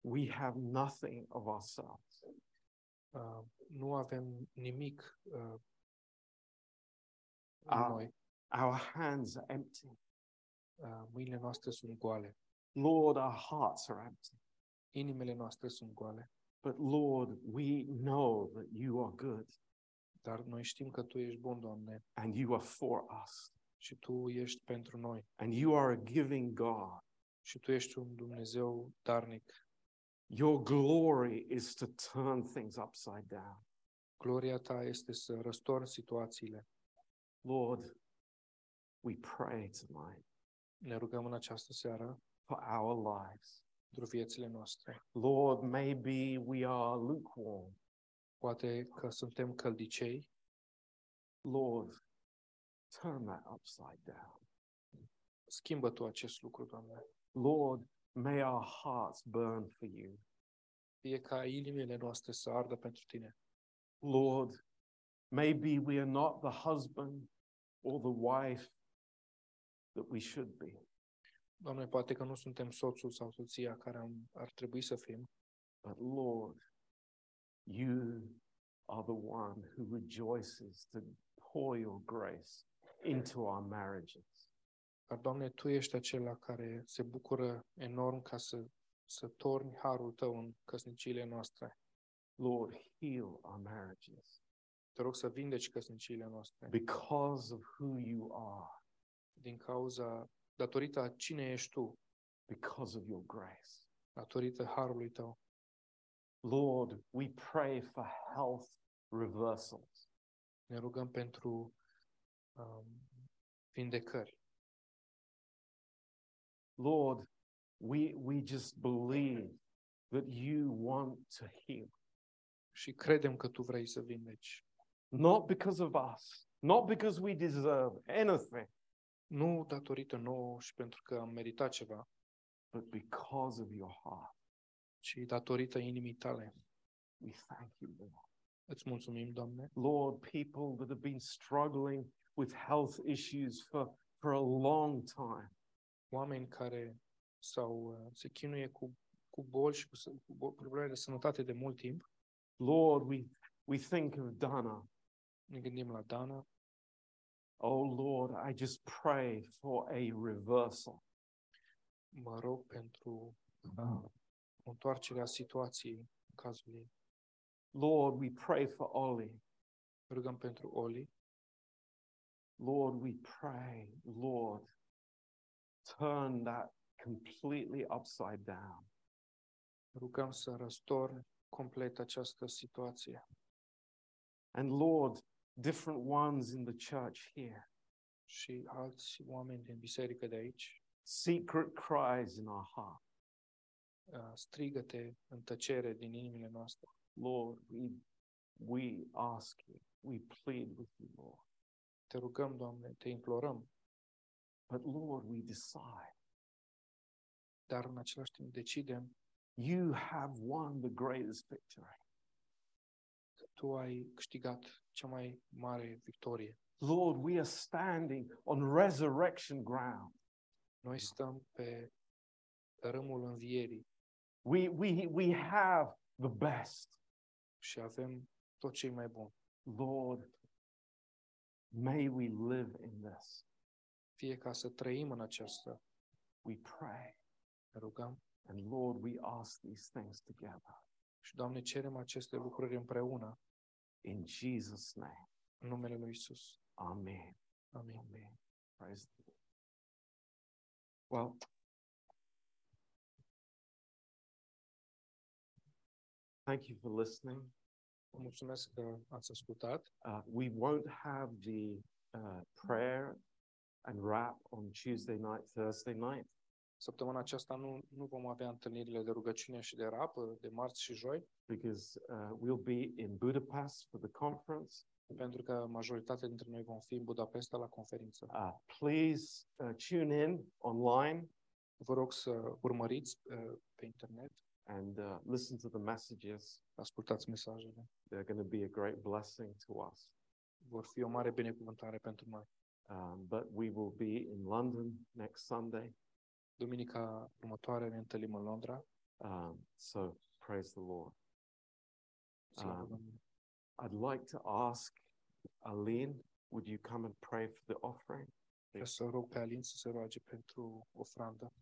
Speaker 1: we have nothing of ourselves.
Speaker 2: Uh, nu avem nimic uh, în
Speaker 1: Ah.
Speaker 2: noi.
Speaker 1: Our hands are empty.
Speaker 2: Uh, mâinile noastre sunt goale.
Speaker 1: Lord, our hearts are empty.
Speaker 2: Inimile noastre sunt goale.
Speaker 1: But Lord, we know that you are good
Speaker 2: Dar noi știm că Tu ești bun, Doamne,
Speaker 1: and you are for us.
Speaker 2: și Tu ești pentru noi.
Speaker 1: And you are a giving God.
Speaker 2: Și Tu ești un Dumnezeu darnic.
Speaker 1: Your glory is to turn things upside down.
Speaker 2: Gloria Ta este să răstorni situațiile.
Speaker 1: Lord, we pray tonight
Speaker 2: Ne rugăm în această seară
Speaker 1: for our lives.
Speaker 2: pentru viețile noastre.
Speaker 1: Lord, maybe we are lukewarm.
Speaker 2: Poate că suntem căldicei,
Speaker 1: Lord, turn that upside down.
Speaker 2: schimbă Tu acest lucru, Doamne.
Speaker 1: Lord, may our hearts burn for you.
Speaker 2: Fie ca inimile noastre să ardă pentru Tine.
Speaker 1: Lord, maybe we are not the husband or the wife that we should be,
Speaker 2: Doamne, poate că nu suntem soțul sau soția care am, ar trebui să fim,
Speaker 1: but Lord, you are the one who rejoices to pour your grace into our marriages.
Speaker 2: dar, Doamne, Tu ești acela care se bucură enorm ca să, să torni harul Tău în căsniciile noastre.
Speaker 1: Lord, heal our marriages
Speaker 2: Te rog să vindeci căsniciile noastre
Speaker 1: because of who you are,
Speaker 2: din cauza, datorită a cine ești Tu,
Speaker 1: because of your grace.
Speaker 2: datorită harului Tău.
Speaker 1: Lord, we pray for health reversals.
Speaker 2: Ne rugăm pentru um, vindecări.
Speaker 1: Lord, we, we just believe that you want to heal,
Speaker 2: Și credem că Tu vrei să vindeci.
Speaker 1: not because of us, not because we deserve anything,
Speaker 2: Nu datorită nouă și pentru că am meritat ceva,
Speaker 1: but because of your heart.
Speaker 2: ci datorită inimii Tale.
Speaker 1: We thank you, Lord.
Speaker 2: Îți mulțumim, Doamne.
Speaker 1: Lord, people that have been struggling with health issues for, for a long time.
Speaker 2: Oameni care sau uh, se chinuie cu, cu boli și cu, s- cu bol- probleme de sănătate de mult timp.
Speaker 1: Lord, we, we think of Dana.
Speaker 2: Ne gândim la Dana.
Speaker 1: Oh, Lord, I just pray for a reversal.
Speaker 2: Mă rog pentru uh, întoarcerea situației în cazul ei.
Speaker 1: Lord, we pray for Ollie.
Speaker 2: Rugăm pentru Oli.
Speaker 1: Lord, we pray, Lord, turn that completely upside down.
Speaker 2: Rugăm să răstorni complet această situație.
Speaker 1: And Lord, different ones in the church here,
Speaker 2: Și alți oameni din biserică de aici,
Speaker 1: secret cries in our heart.
Speaker 2: uh, strigăte în tăcere din inimile noastre.
Speaker 1: Lord, we, we ask you, we plead with you, Lord.
Speaker 2: Te rugăm, Doamne, te implorăm,
Speaker 1: But Lord, we decide.
Speaker 2: dar în același timp decidem
Speaker 1: You have won the greatest victory.
Speaker 2: că Tu ai câștigat cea mai mare victorie.
Speaker 1: Lord, we are standing on resurrection ground.
Speaker 2: Noi stăm pe râmul învierii
Speaker 1: We, we, we have the best.
Speaker 2: și avem tot ce e mai bun.
Speaker 1: Lord, may we live in this.
Speaker 2: Fie ca să trăim în aceasta,
Speaker 1: We pray.
Speaker 2: ne rugăm
Speaker 1: And Lord, we ask these things together.
Speaker 2: și, Doamne, cerem aceste lucruri împreună
Speaker 1: In Jesus' name.
Speaker 2: în numele Lui Isus.
Speaker 1: Amen.
Speaker 2: Amin.
Speaker 1: Amen. Praise the Lord. Well, thank you for listening.
Speaker 2: Vă mulțumesc că ați ascultat.
Speaker 1: Uh, we won't have the uh, prayer and wrap on Tuesday night, Thursday night.
Speaker 2: Săptămâna aceasta nu, nu vom avea întâlnirile de rugăciune și de rapă de marți și joi,
Speaker 1: Because uh, we'll be in Budapest for the conference.
Speaker 2: pentru că majoritatea dintre noi vom fi în Budapesta la conferință.
Speaker 1: Uh, please uh, tune in online
Speaker 2: Vă rog să urmăriți uh, pe internet,
Speaker 1: and uh, listen to the messages.
Speaker 2: ascultați mesajele.
Speaker 1: They're going to be a great blessing to us.
Speaker 2: Vor fi o mare binecuvântare pentru noi.
Speaker 1: Um, but we will be in London next Sunday.
Speaker 2: Duminica următoare ne întâlnim în Londra.
Speaker 1: Um, so praise the Lord.
Speaker 2: Slavă
Speaker 1: Am.
Speaker 2: Domnului.
Speaker 1: I'd like to ask Aline, would you come and pray for the offering?
Speaker 2: Vreau să rog pe Alin să se roage pentru ofrandă.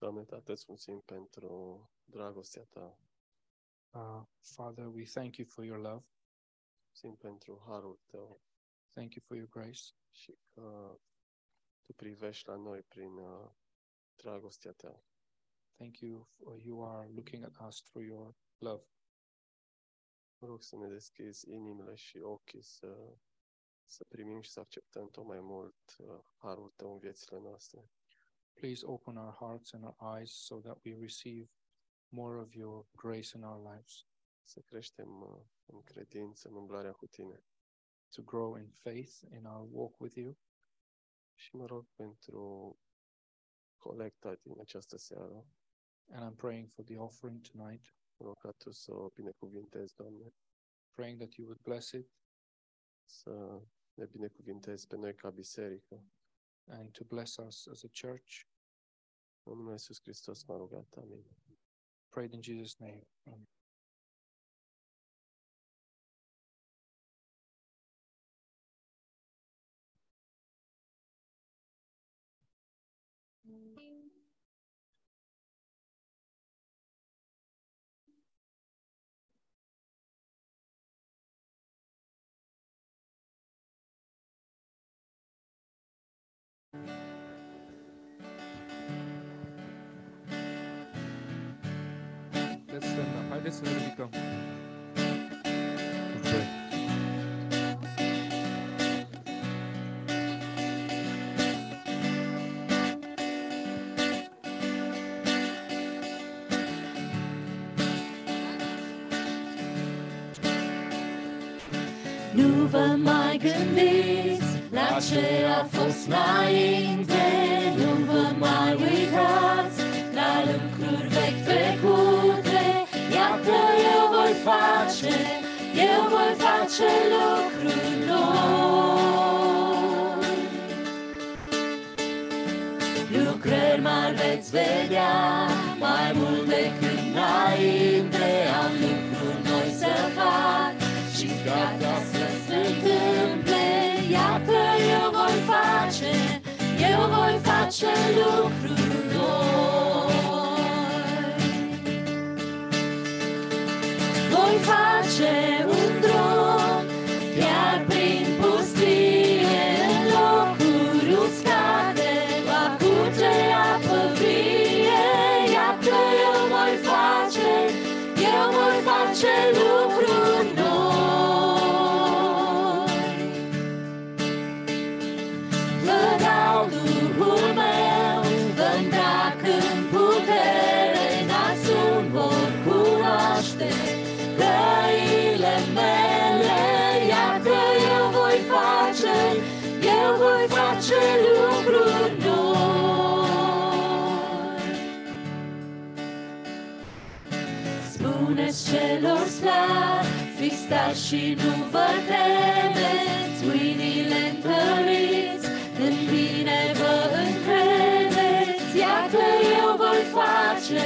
Speaker 6: Doamne, Tată, îți mulțumim pentru dragostea Ta,
Speaker 2: Uh, Father, we thank you for your love.
Speaker 6: mulțumim pentru harul Tău
Speaker 2: Thank you for your grace.
Speaker 6: și că Tu privești la noi prin uh, dragostea Ta.
Speaker 2: Thank you for you are looking at us through your love.
Speaker 6: Mă rog să ne deschizi inimile și ochii să, să primim și să acceptăm tot mai mult uh, harul Tău în viețile noastre.
Speaker 2: Please open our hearts and our eyes so that we receive more of your grace in our lives,
Speaker 6: Să creștem uh, în credință, în umblarea cu Tine.
Speaker 2: to grow in faith in our walk with you.
Speaker 6: Și mă rog pentru colecta din această seară.
Speaker 2: And I'm praying for the offering tonight,
Speaker 6: Mă rog ca Tu să o binecuvintezi, Doamne,
Speaker 2: praying that you would bless it
Speaker 6: să ne binecuvintezi pe noi ca biserică.
Speaker 2: and to bless us as a church.
Speaker 6: În numele Iisus Hristos m-a rugat, amin.
Speaker 2: Prayed in Jesus' name. Amen. Haideți să semnăm, haideți să ne ridicăm.
Speaker 3: Nu vă mai gândiți la ce a fost înainte, nu vă mai uitați la lucruri vechi trecute. Iată, eu voi face, eu voi face lucruri noi. Lucrări mari veți vedea, mai mult decât înainte, am lucruri noi să fac și gata să se întâmple. Iată, eu voi face, eu voi face lucruri noi. Voi face un drum chiar prin pustie, în locuri uscate, va curge apă frie. Iată, eu voi face, eu voi face lucruri noi. Vă dau Duhul meu, vă îmbrac în putere, națiuni vor cunoaște căile mele. Iată, eu voi face, eu voi face lucruri noi. Spuneți celor slabi, fiți tari și nu vă temeți, mâinile întăriți, în bine vă încredeți. Iată, eu voi face,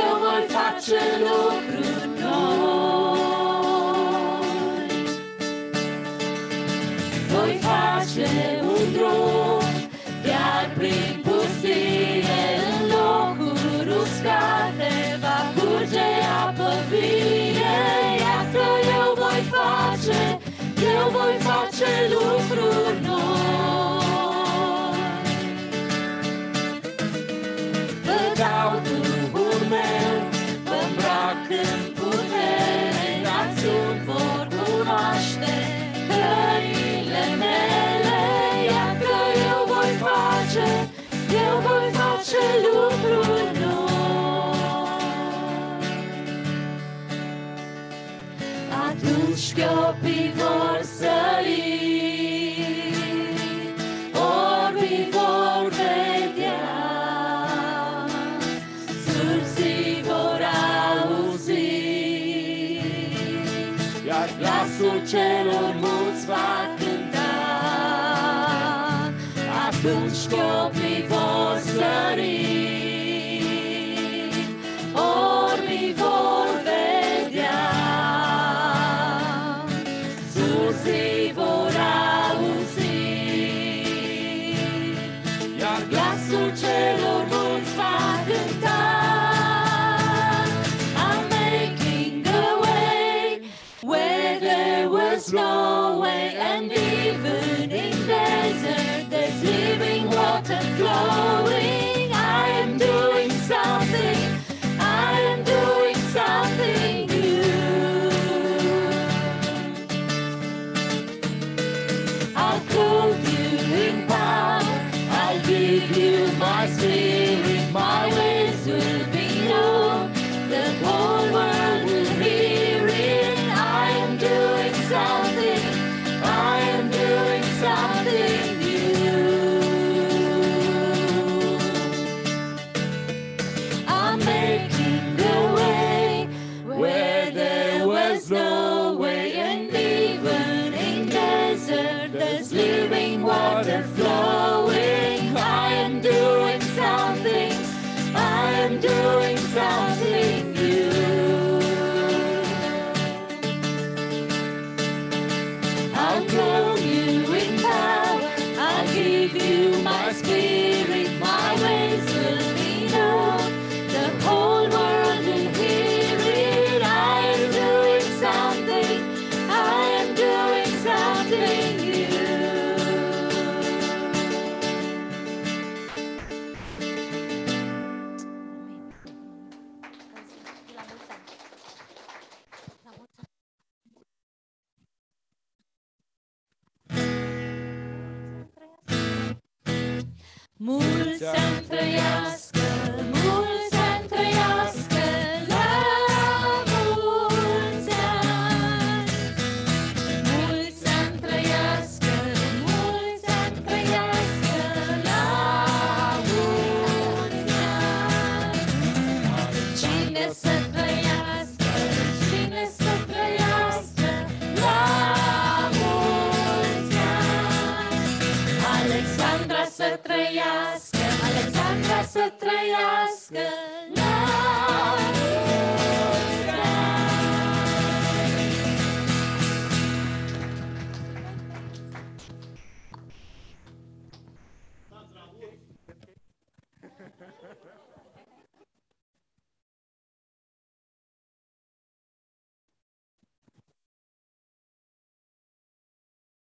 Speaker 3: eu voi face lucruri noi. Voi face un drum, chiar prin pustie, în locuri uscate, va curge apă vie. Iată, eu voi face, eu voi face lucruri noi. Vă dau Duhul meu, vă îmbrac în putere, națiuni vor cunoaște căile mele. Iată, eu voi face, eu voi face lucruri noi. Atunci șchiopii vor sări, orbii vor vedea, surții vor auzi, iar glasul celor mulți va cânta. Atunci șchiopii vor sări, orbii vor vedea, Surții vor auzi, iar glasul celor mulți va cânta. I'm making a way where there was no way, and even in desert there's living water flowing. I am doing something. I am doing something new. I'll clothe you in power. I'll give you my spirit. My ways will be known. The whole world will hear it. I am doing something. I am doing something new. I'm making a way where there was no way, and even in desert, there's living water flowing. I am doing something. Mult să-mi trăiască, mult să-mi trăiască la mulți ani. Mult să-mi trăiască, mult să-mi trăiască la mulți ani. Cine să trăiască, cine să trăiască la mulți ani. Alexandra să trăiască, Alexandra să trăiască la mulți ani.